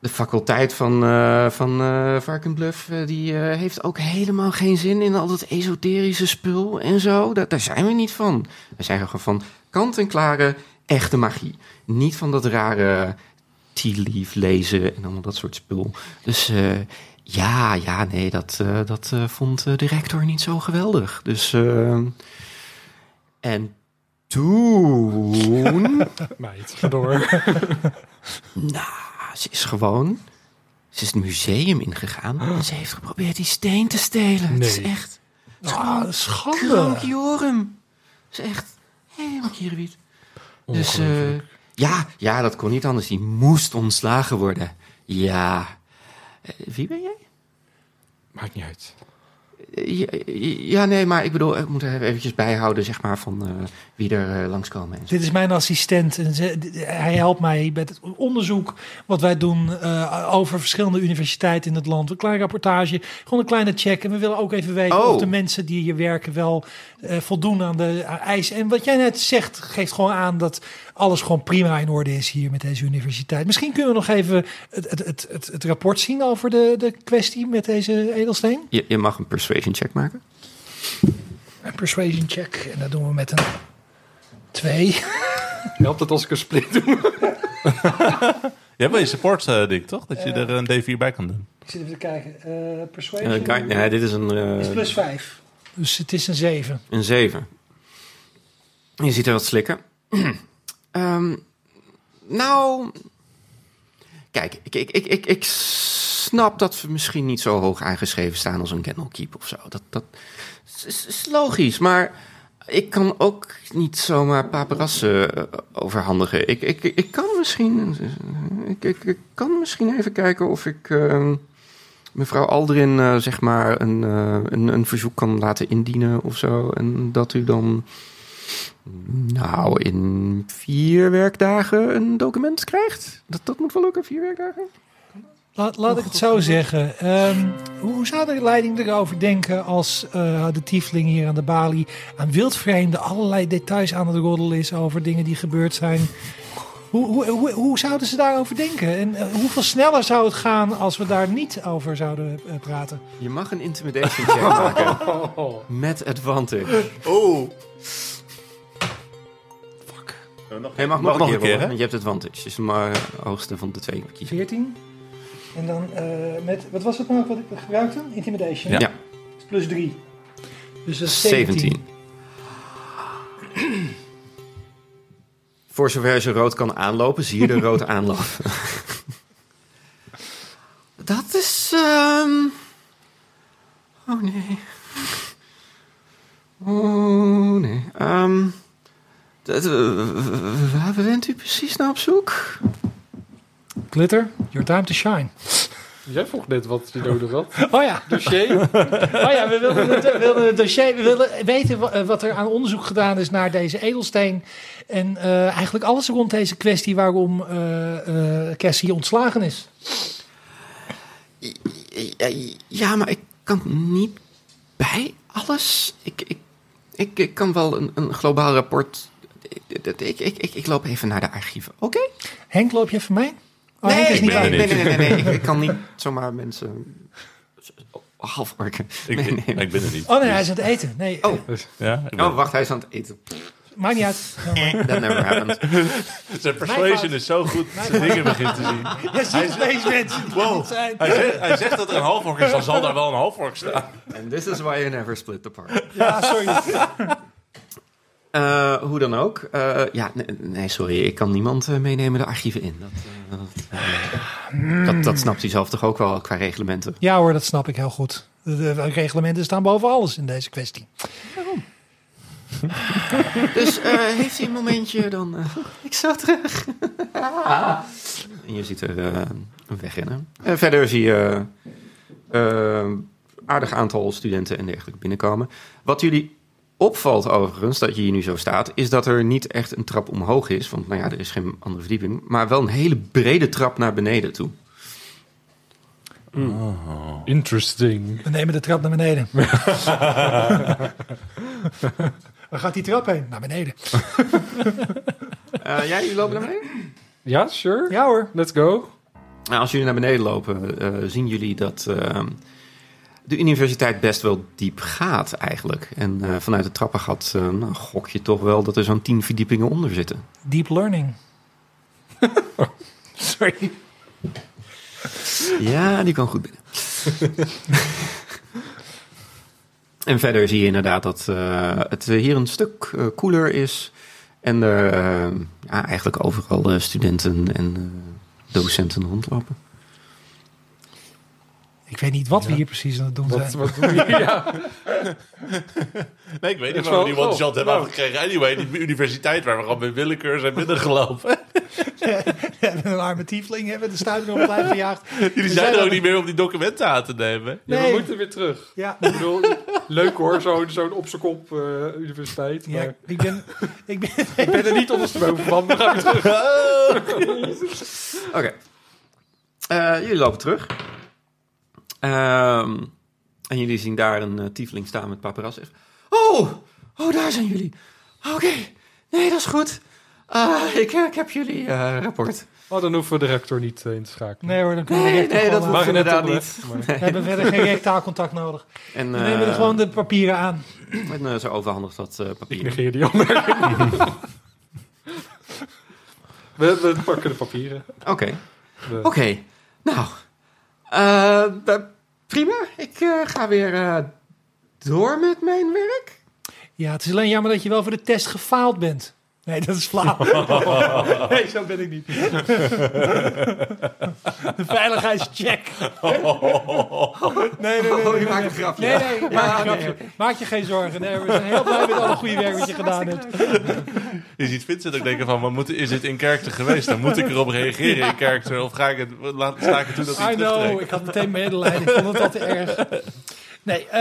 D: de faculteit van, eh van eh, Varkenbluff... eh, die eh, heeft ook helemaal geen zin in al dat esoterische spul en zo. Da- daar zijn we niet van. We zijn gewoon van kant-en-klare echte magie. Niet van dat rare tea leaf lezen en allemaal dat soort spul. Dus... eh, ja, ja, nee, dat, eh, dat eh, vond eh, de rector niet zo geweldig. Dus eh, en toen.
A: [laughs] Meid, ga door.
D: nou, ze is gewoon. Ze is het museum ingegaan. En ze heeft geprobeerd die steen te stelen. Het is
A: Ah. Nee.
D: echt.
B: Ah, schande.
D: Krankjorum. Het is echt helemaal kierwiet. Dus eh,
A: Ongelooflijk.
D: ja, ja, dat kon niet anders. Die moest ontslagen worden. Ja. Eh, wie ben jij?
A: Maakt niet uit.
D: Eh, ja, Ja, nee, maar ik bedoel, ik moet er eventjes bijhouden, zeg maar, van eh, wie er eh, langskomen. En zo.
B: Dit is mijn assistent. En ze- d- hij helpt mij met het onderzoek wat wij doen eh, over verschillende universiteiten in het land. Een klein rapportage, gewoon een kleine check. En we willen ook even weten
D: Oh.
B: of de mensen die hier werken wel eh, voldoen aan de aan eisen. En wat jij net zegt, geeft gewoon aan dat alles gewoon prima in orde is hier met deze universiteit. Misschien kunnen we nog even het, het, het, het, het rapport zien over de, de kwestie met deze edelsteen.
D: Je, je mag een persuasion check maken.
B: Een persuasion check. En dat doen we met een twee.
A: Helpt het als ik een split doe?
C: Je hebt wel je support eh, ding, toch? Dat je er een D4 bij kan doen.
B: Ik zit even te kijken. Eh,
D: Eh,
B: persuasion.
D: guy- nee, dit is een. eh,
E: is plus 5.
B: Dus het is een 7.
D: Een 7. Je ziet er wat slikken. [clears throat] Ehm, nou. Kijk, ik, ik, ik, ik, ik snap dat we misschien niet zo hoog aangeschreven staan als een kennel keep of zo. Dat, dat is- is, is logisch, maar ik kan ook niet zomaar paperassen eh, overhandigen. Ik, ik, ik ik kan misschien. eh, Ik, ik, ik kan misschien even kijken of ik. ehm, mevrouw Aldrin eh, zeg maar een, eh, een, een verzoek kan laten indienen of zo. En dat u dan nou in vier werkdagen een document krijgt. Dat, dat moet wel lukken, vier werkdagen.
B: Laat, laat ik het zo zeggen. Ehm, hoe, hoe zou de leiding erover denken als eh, de tiefling hier aan de balie aan wildvreemden allerlei details aan het roddelen is over dingen die gebeurd zijn? Hoe, hoe, hoe, hoe zouden ze daarover denken? En eh, hoeveel sneller zou het gaan als we daar niet over zouden eh, praten?
D: Je mag een intimidation check [laughs] maken. Met advantage.
C: Oh.
D: Hij mag,
C: nog
D: nog
C: een
D: een
C: keer,
D: keer,
C: hè?
D: hè? want je hebt advantage. Dus maar hoogste van de twee kiezen.
B: 14. En dan eh, met, wat was het nou wat ik gebruikte? Intimidation.
C: Ja.
D: Ja,
B: Plus 3. Dus dat is
D: 17. Voor zover ze rood kan aanlopen, zie je de rood aanlopen. Dat is. ehm, Oh nee. Oh nee. Ehm, dat, eh, waar bent u precies naar op zoek?
B: Glitter, your time to shine.
A: Jij vroeg net wat je nodig had.
B: Oh ja,
A: Dossier.
B: oh ja we wilden het, we wilden het dossier, we wilden weten wa- eh, wat er aan onderzoek gedaan is naar deze edelsteen. En eh, eigenlijk alles rond deze kwestie waarom eh, eh, Cassie ontslagen is.
D: Ja, maar ik kan niet bij alles. Ik, ik, ik, ik kan wel een, een globaal rapport. Ik, ik, ik, ik, ik loop even naar de archieven, oké?
B: Henk, loop je even mee? Oh, Henk is niet
D: nee,
B: bij.
D: nee,
C: bij.
D: nee, nee, nee, nee. Ik, ik kan niet zomaar mensen half orken.
C: Ik,
D: Nee, nee.
C: ik ben er niet.
B: Oh nee,
C: Dus-
B: hij is aan het eten. Nee,
D: Oh.
B: eh,
C: ja, ik ben-
D: Oh, wacht, hij is aan het eten.
B: maakt niet uit. Nou, maar-
D: That never happened.
C: Dus Zijn
B: Mijn fout.
C: persuasion is zo goed dat ze dingen begint te zien.
B: Je ziet steeds mensen die aan het zijn.
C: Hij zegt, hij zegt dat er een halfork is, dan zal daar wel een halfork staan.
D: And this is why you never split apart.
B: [laughs] Ja, sorry.
D: [laughs] Eh, hoe dan ook. Eh, ja, nee, nee, sorry, ik kan niemand eh, meenemen de archieven in. Dat, eh, dat, eh, dat, dat snapt hij zelf toch ook wel qua reglementen.
B: Ja hoor, dat snap ik heel goed. De, de reglementen staan boven alles in deze kwestie.
D: Dus eh, heeft hij een momentje, dan eh, [laughs] ik zo terug. Ah. en je ziet er eh, hem wegrennen. En verder zie je eh, aardig aantal studenten en dergelijke binnenkomen. Wat jullie opvalt overigens, dat je hier nu zo staat, is dat er niet echt een trap omhoog is. Want nou ja, er is geen andere verdieping. Maar wel een hele brede trap naar beneden toe.
A: Oh. Interesting.
B: We nemen de trap naar
D: [laughs]
B: beneden. Waar gaat die trap heen? Naar beneden.
D: Eh, jij, jullie lopen naar beneden?
A: Ja, sure.
B: Ja hoor.
A: Let's go.
D: Nou, als jullie naar beneden lopen, eh, zien jullie dat eh, de universiteit best wel diep gaat eigenlijk. En eh, vanuit het trappengat eh, nou, gok je toch wel dat er zo'n tien verdiepingen onder zitten.
B: Deep learning. [laughs] sorry.
D: Ja, die kan goed binnen. [laughs] en verder zie je inderdaad dat eh, het hier een stuk eh, koeler is. En er eh, ja, eigenlijk overal eh, studenten en eh, docenten rondlopen.
B: Ik weet niet wat we hier precies aan het doen
A: Wat,
B: zijn.
A: wat doe je? Ja.
C: Nee, ik weet
A: Dat
C: niet
A: is
C: waar we
A: wel-
C: die one shot
A: oh,
C: hebben
A: nou.
C: afgekregen. Anyway, die universiteit waar we gewoon bij willekeur zijn
B: [laughs]
C: binnengelopen.
B: We [laughs] hebben een arme tiefling, hebben de stuiver nog blijven [laughs] gejaagd.
C: Jullie
B: zijn
C: zijn er
B: wel-
C: ook niet meer om die documenten aan te nemen.
A: Ja,
B: Nee.
A: we moeten weer terug.
B: Ja,
A: Ik bedoel, leuk hoor, zo'n zo'n op z'n kop eh, universiteit.
B: ja
A: Maar
B: ik, ben, ik ben...
A: ik ben er niet ondersteboven van. We gaan weer terug.
D: Oké. Eh, jullie lopen terug. Ehm, en jullie zien daar een eh, tiefling staan met paparazzi. Oh, oh, daar zijn jullie. Ah, Oké, nee, dat is goed. Ah, ik, ik heb jullie eh, rapport.
A: Oh, dan hoeven we de rector niet eh, in te schakelen.
B: Nee hoor, dan kunnen we
D: Nee,
B: echt
D: nee,
B: gewoon
D: dat
B: laten.
A: Waren net
D: inderdaad
A: onderweg, maar-
B: We hebben verder geen rectaalcontact nodig.
D: En,
B: We nemen er
D: eh,
B: gewoon de papieren aan.
D: En eh, ze overhandigt dat eh,
A: Ik
D: papier.
A: negeer die opmerking. we, we pakken de papieren.
D: Oké,
A: We-
D: oké. Nou, eh, eh, prima. Ik eh, ga weer eh, door met mijn werk.
B: Ja, het is alleen jammer dat je wel voor de test gefaald bent. Nee, dat is [laughs] flauw. nee, zo ben ik niet. De veiligheidscheck. [laughs] Nee, nee, nee.
D: Oh,
B: nee,
D: je
B: nee.
D: maakt een grapje.
B: Nee, nee, maak, je grapje. maak je geen zorgen. Nee, we zijn heel blij met alle goede werk wat je gedaan hebt.
C: Je ziet Vincent ook denken van, maar moet, is dit in karakter geweest? Dan moet ik erop reageren in karakter. Of ga ik het, laat, sta ik het toe dat hij
B: I
C: het
B: know,
C: terugtrekt?
B: ik had meteen medelijden. Ik vond het al te erg. Nee, eh,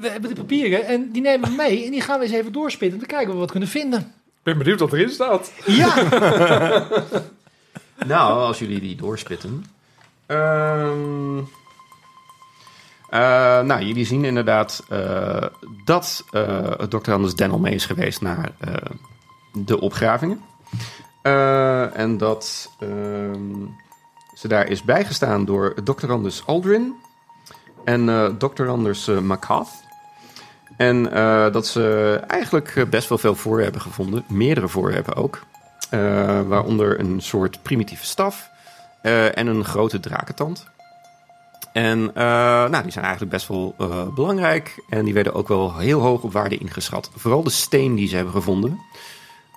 B: we hebben de papieren en die nemen we mee. En die gaan we eens even doorspitten om te kijken of we wat kunnen vinden.
A: Ik ben benieuwd wat erin staat.
B: Ja!
D: Nou, als jullie die doorspitten. Ehm, eh, nou, jullie zien inderdaad eh, dat eh dokter Anders Dennel mee is geweest naar eh, de opgravingen. Eh, en dat ehm, ze daar is bijgestaan door dokter Anders Aldrin en eh dokter Anders eh, McCath. En eh, dat ze eigenlijk eh, best wel veel voor hebben gevonden, meerdere voor hebben ook. Eh, waaronder een soort primitieve staf eh, en een grote drakentand. En eh, nou, die zijn eigenlijk best wel eh, belangrijk. En die werden ook wel heel hoog op waarde ingeschat. Vooral de steen die ze hebben gevonden.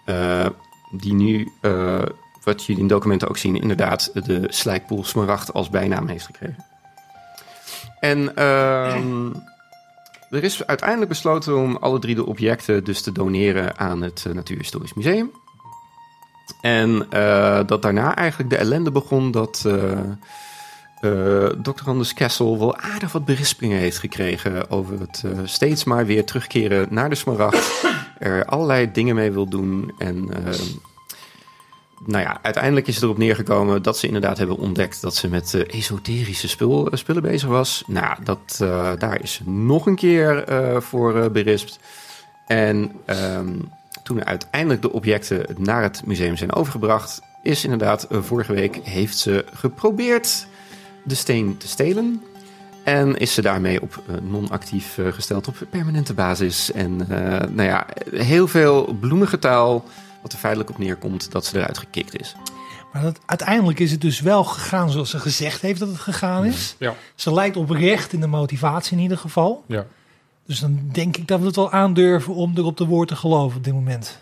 D: eh, die nu, eh, wat jullie in documenten ook zien, inderdaad de slijkpoel smaragd als bijnaam heeft gekregen. En ehm, er is uiteindelijk besloten om alle drie de objecten dus te doneren aan het eh, Natuurhistorisch Museum. En eh, dat daarna eigenlijk de ellende begon dat eh, eh Dr. Anders Kessel wel aardig wat berispingen heeft gekregen over het eh, steeds maar weer terugkeren naar de smaragd. er allerlei dingen mee wil doen. En eh, nou ja, uiteindelijk is het erop neergekomen dat ze inderdaad hebben ontdekt dat ze met eh, esoterische spul, eh, spullen bezig was. Nou, dat, eh, daar is ze nog een keer eh, voor eh, berispt. En ehm, toen uiteindelijk de objecten naar het museum zijn overgebracht, is inderdaad eh, vorige week heeft ze geprobeerd de steen te stelen. En is ze daarmee op eh, non-actief eh, gesteld op permanente basis. En eh, nou ja, heel veel bloemige taal. Wat er feitelijk op neerkomt dat ze eruit gekikt is.
B: Maar dat, uiteindelijk is het dus wel gegaan zoals ze gezegd heeft dat het gegaan is.
A: Ja.
B: Ze lijkt oprecht in de motivatie in ieder geval.
A: Ja.
B: Dus dan denk ik dat we het wel aandurven om er op de woord te geloven op dit moment.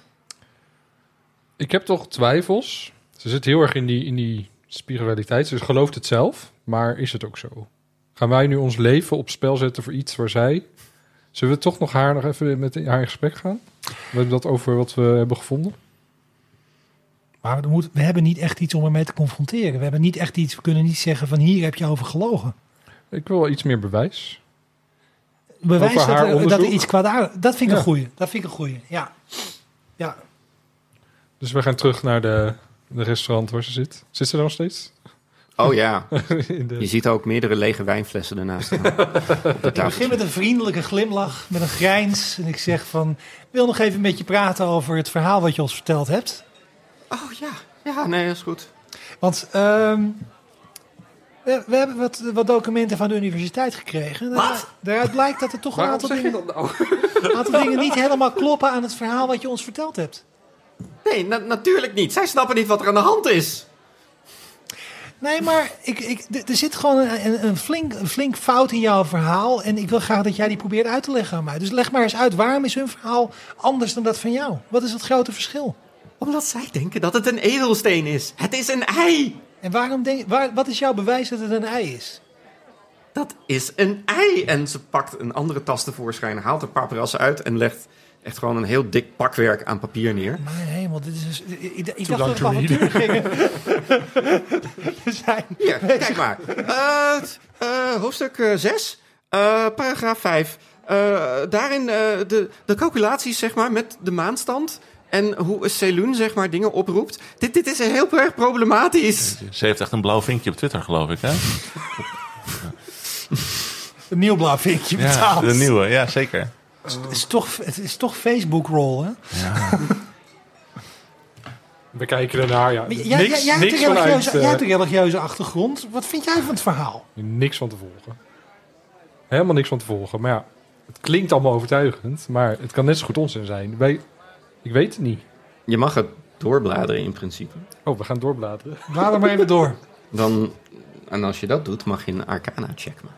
A: Ik heb toch twijfels. Ze zit heel erg in die, in die spiritualiteit. Ze gelooft het zelf, maar is het ook zo? Gaan wij nu ons leven op spel zetten voor iets waar zij... Zullen we toch nog haar nog even met haar in gesprek gaan? We hebben dat over wat we hebben gevonden.
B: Maar we, moeten- we hebben niet echt iets om ermee te confronteren. We hebben niet echt iets, we kunnen niet zeggen van hier heb je over gelogen.
A: Ik wil wel iets meer bewijs.
B: Bewijs
A: Over
B: dat
A: haar
B: er, dat er
A: onderzoek?
B: iets kwaadaardig... Dat vind ik
A: Ja.
B: een goeie. Dat vind ik een goeie, ja. Ja,
A: Dus we gaan terug naar de, de restaurant waar ze zit. Zit ze daar nog steeds? [laughs]
D: Oh ja,
A: In de-
D: je ziet ook meerdere lege wijnflessen ernaast
A: [laughs]
D: staan. op de
B: Ik begin
D: tafel.
B: met een vriendelijke glimlach, met een grijns. En ik zeg van, ik wil nog even met je praten over het verhaal wat je ons verteld hebt.
D: Oh ja, ja, nee, dat is goed.
B: Want ehm, we, we hebben wat, wat documenten van de universiteit gekregen. Daar- Daaruit blijkt dat er toch een
A: Waarom
B: aantal
A: zeg
B: dingen,
A: je dat nou?
B: een aantal dingen niet helemaal kloppen aan het verhaal wat je ons verteld hebt.
D: Nee, na- natuurlijk niet. Zij snappen niet wat er aan de hand is.
B: Nee, maar ik, ik, d- er zit gewoon een, een- een, flink, een flink fout in jouw verhaal. En ik wil graag dat jij die probeert uit te leggen aan mij. Dus leg maar eens uit, waarom is hun verhaal anders dan dat van jou? Wat is het grote verschil?
D: Omdat zij denken dat het een edelsteen is. Het is een ei.
B: En waarom denk, waar, wat is jouw bewijs dat het een ei is?
D: Dat is een ei. En ze pakt een andere tas tevoorschijn, haalt een paar parassen uit en legt echt gewoon een heel dik pakwerk aan papier neer.
B: Mijn hemel, dit is... dus- ik- Ik, ik dacht
A: lang
B: dat we op
A: to
B: avontuur gingen. [laughs] we zijn...
D: Hier, kijk maar. Eh, t- eh, hoofdstuk 6, paragraaf 5. daarin eh, de, de calculaties zeg maar, met de maanstand en hoe Ceylon zeg maar, dingen oproept. Dit, dit is heel erg problematisch.
C: Ze heeft echt een blauw vinkje op Twitter, geloof ik. Hè?
B: Een nieuw blauw vinkje
C: Ja,
B: betaald.
C: de nieuwe, ja zeker.
B: Het, is toch, het is toch Facebook-roll, hè?
A: We kijken ernaar, ja.
B: Maar
A: Niks,
B: jij- jij- jij hebt
A: niks,
B: een religieuze-
A: vanuit,
B: Jij hebt
A: eh,
B: een religieuze achtergrond. Wat vind jij van het verhaal?
A: niks van te volgen. Helemaal niks van te volgen. Maar ja, het klinkt allemaal overtuigend. Maar het kan net zo goed onzin zijn. Wij, ik weet het niet.
D: Je mag het doorbladeren in principe.
A: Oh, we gaan doorbladeren.
B: Blader maar even door.
D: Dan, en als je dat doet, mag je een arcana check maken.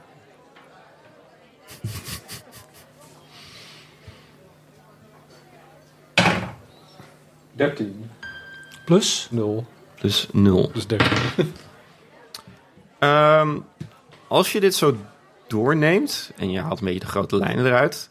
A: Dertien.
B: Plus?
A: Nul.
D: Plus 0.
A: Dus dertien.
D: Ehm, als je dit zo doorneemt en je haalt een beetje de grote lijnen eruit,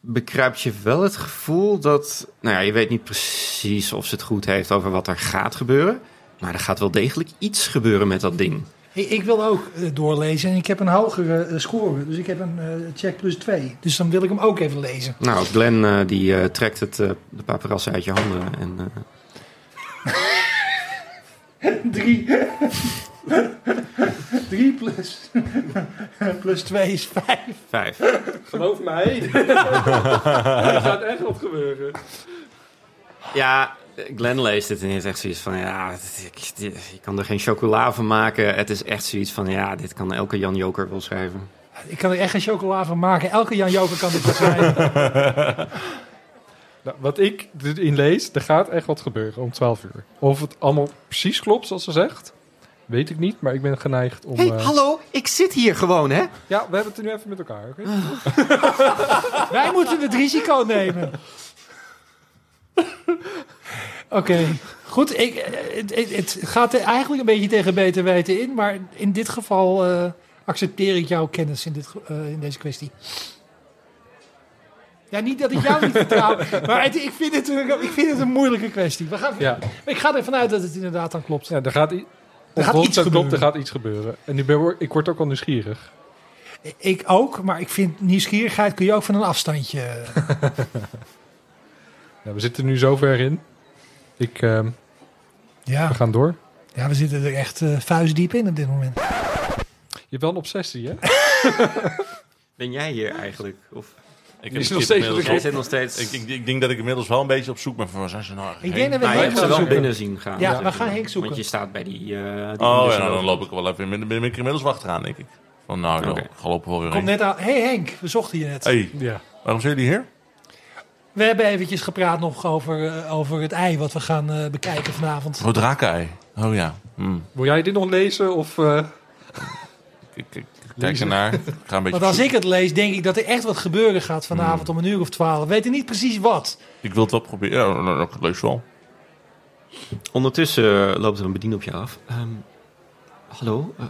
D: bekruipt je wel het gevoel dat, nou ja, je weet niet precies of ze het goed heeft over wat er gaat gebeuren, maar er gaat wel degelijk iets gebeuren met dat ding.
B: Ik, ik wil ook eh, doorlezen en ik heb een hogere... eh, score.
E: scoren. Dus ik heb een eh, check plus 2.
B: Dus dan wil ik hem ook even lezen.
D: Nou, Glenn eh, die eh, trekt het, eh, de paparazzen uit je handen en eh,
E: 3. 3 plus.
B: [laughs] Plus 2 is 5.
D: vijf.
A: Geloof mij. [laughs] er gaat echt wat gebeuren.
D: Ja, Glenn leest dit en heeft echt zoiets van... Ja, ik, ik kan er geen chocola van maken. Het is echt zoiets van... Ja, dit kan elke Jan Joker wel schrijven.
B: Ik kan er echt geen chocola van maken. Elke Jan Joker kan dit wel zijn.
A: Nou, wat ik erin lees, er gaat echt wat gebeuren om 12 uur. Of het allemaal precies klopt zoals ze zegt, weet ik niet. Maar ik ben geneigd om...
D: Hé, hey,
A: eh,
D: hallo, ik zit hier gewoon, hè?
A: Ja, we hebben het er nu even met elkaar. oké?
D: Ah.
B: Wij moeten het risico nemen. Oké, goed. Ik, eh, het, het- het gaat er eigenlijk een beetje tegen beter weten in. Maar in dit geval eh, accepteer ik jouw kennis in, dit, ge- eh, in deze kwestie. Ja, niet dat ik jou niet [laughs] vertrouw. Maar het- ik, vind het een, ik vind het een moeilijke kwestie. We gaan,
A: Ja.
B: Ik ga ervan uit dat het inderdaad dan klopt.
A: Ja, er gaat i-
B: Er gaat
A: Onthoud,
B: iets
A: het klopt,
B: gebeuren.
A: Er gaat iets gebeuren. En ik, ben, ik word ook al nieuwsgierig.
B: Ik ook, maar ik vind nieuwsgierigheid kun je ook van een afstandje. eh,
A: Ja, we zitten nu zo ver in. Ik, ehm, we
B: Ja,
A: gaan door.
B: ja we zitten er echt eh, vuistdiep in op dit moment.
A: Je hebt wel een obsessie, hè?
D: Ben jij hier eigenlijk? Of
C: Ik,
A: Die is
C: heb
A: nog
C: het
A: steeds
C: inmiddels
A: de
D: jij
A: Klopt.
D: zit nog steeds...
C: wel- ik, ik, ik denk dat ik inmiddels wel een beetje op zoek ben van waar zijn ze nou
B: Ik
C: eigenlijk
B: denk
C: heen?
B: dat we
D: nou, je
B: Henk
D: hebt ze
B: gaan
D: wel
B: zoeken.
D: binnen zien gaan.
B: Ja,
D: natuurlijk.
B: we gaan Henk zoeken.
D: Want je staat bij die... eh, die
C: Oh ja,
D: onderzoek.
C: nou, dan loop ik wel even, ben, ben ik inmiddels wel achteraan, denk ik. Van nou,
D: Oké.
C: okay. gelopen wel weer
B: Kom
C: heen.
B: net aan. hey Henk, we zochten je net.
C: Hey,
A: Ja.
C: waarom zijn jullie hier?
B: We hebben eventjes gepraat nog over, eh, over het ei wat we gaan eh, bekijken vanavond.
C: Voor drakenei. Oh ja. Hm.
A: Wil jij dit nog lezen? Of, eh,
C: Ik, ik, ik kijk ernaar. Ik ga een beetje
B: Want als
C: op
B: ik het lees, denk ik dat er echt wat gebeuren gaat vanavond om een uur of twaalf. We weten niet precies wat.
C: zoek. Ik wil het wel proberen. Ja, nou, nou, ik lees wel.
D: Ondertussen eh, loopt er een bediener op je af. Ehm, hallo, eh,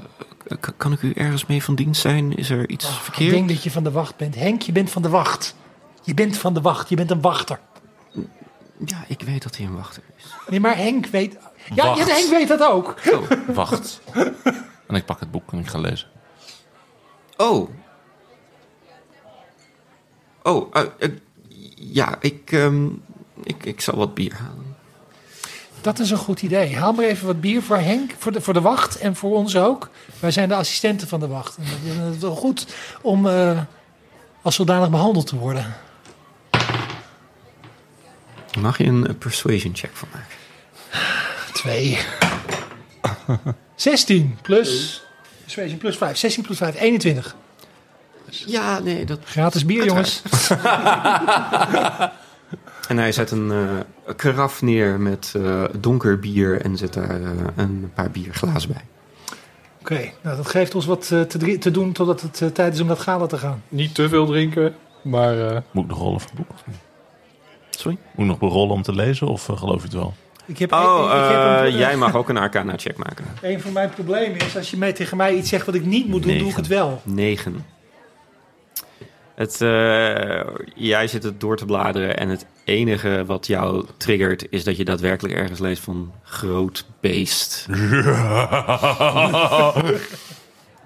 D: k- k- kan ik u ergens mee van dienst zijn? Is er iets
B: Ik
D: verkeerd?
B: denk dat je van de wacht bent. Henk, je bent van de wacht. Je bent van de wacht. Je bent een wachter.
D: Ja, ik weet dat hij een wachter is.
B: Nee, maar Henk weet... Ja, ja
C: Wacht.
B: Henk weet dat ook.
D: Oh,
C: Wacht. en ik pak het boek en ik ga lezen.
D: oh. Oh, eh, eh, ja, ik, ehm, ik, ik zal wat bier halen.
B: Dat is een goed idee. Haal maar even wat bier voor Henk, voor de, voor de wacht en voor ons ook. Wij zijn de assistenten van de wacht. En dat- dat is wel goed om eh, als zodanig behandeld te worden.
D: Mag je een eh, persuasion check van maken?
B: Twee. 16 plus... Persuasion plus 5. 16 plus 5, 21.
D: Ja, nee, dat...
B: Gratis bier, jongens.
D: En hij zet een eh, karaf neer met eh, donker bier en zet daar eh, een paar bierglazen bij.
B: Oké, nou, dat geeft ons wat eh, te, drie- te doen totdat het eh, tijd is om naar het gala te gaan.
A: niet te veel drinken, maar... eh,
C: Moet ik nog rollen voor het boek? of niet?
D: Sorry?
C: Moet ik nog rollen om te lezen of eh, geloof je het wel?
B: Ik heb
D: Oh,
B: ik- ik heb een-
D: eh, jij mag ook een arcana-check maken.
B: Een van mijn problemen is, als je mij tegen mij iets zegt wat ik niet moet doen, doe ik het wel.
D: 9. Het, eh, jij zit het door te bladeren en het enige wat jou triggert is dat je daadwerkelijk ergens leest van groot beest.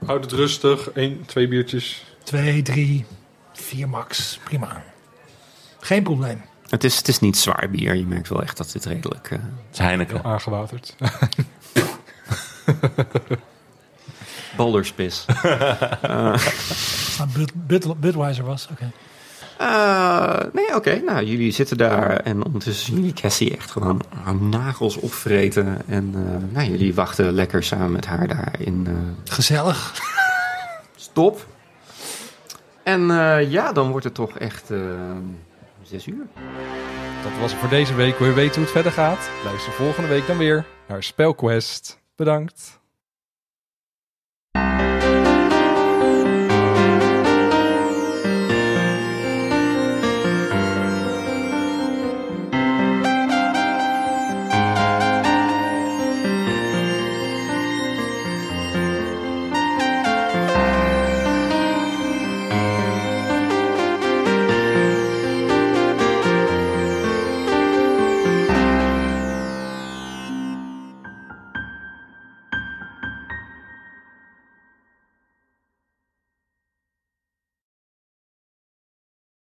A: houd het rustig. Eén, twee biertjes.
B: Twee, drie, vier max. Prima. Geen probleem.
D: Het is, het is niet zwaar bier, je merkt wel echt dat dit redelijk... eh,
C: Het is Heineken.
A: Aangewaterd.
D: balderspis.
B: Als het nou Bud- Bud- Budweiser was. Oké.
D: Eh, nee, oké. Nou, jullie zitten daar en ondertussen zien jullie Cassie echt gewoon haar nagels opvreten. En eh, nou, jullie wachten lekker samen met haar daar in... eh,
B: Gezellig.
D: Stop. En eh, ja, dan wordt het toch echt eh, zes uur.
A: Dat was het voor deze week. Wil je weten hoe het verder gaat? Luister volgende week dan weer naar Spelquest. Bedankt.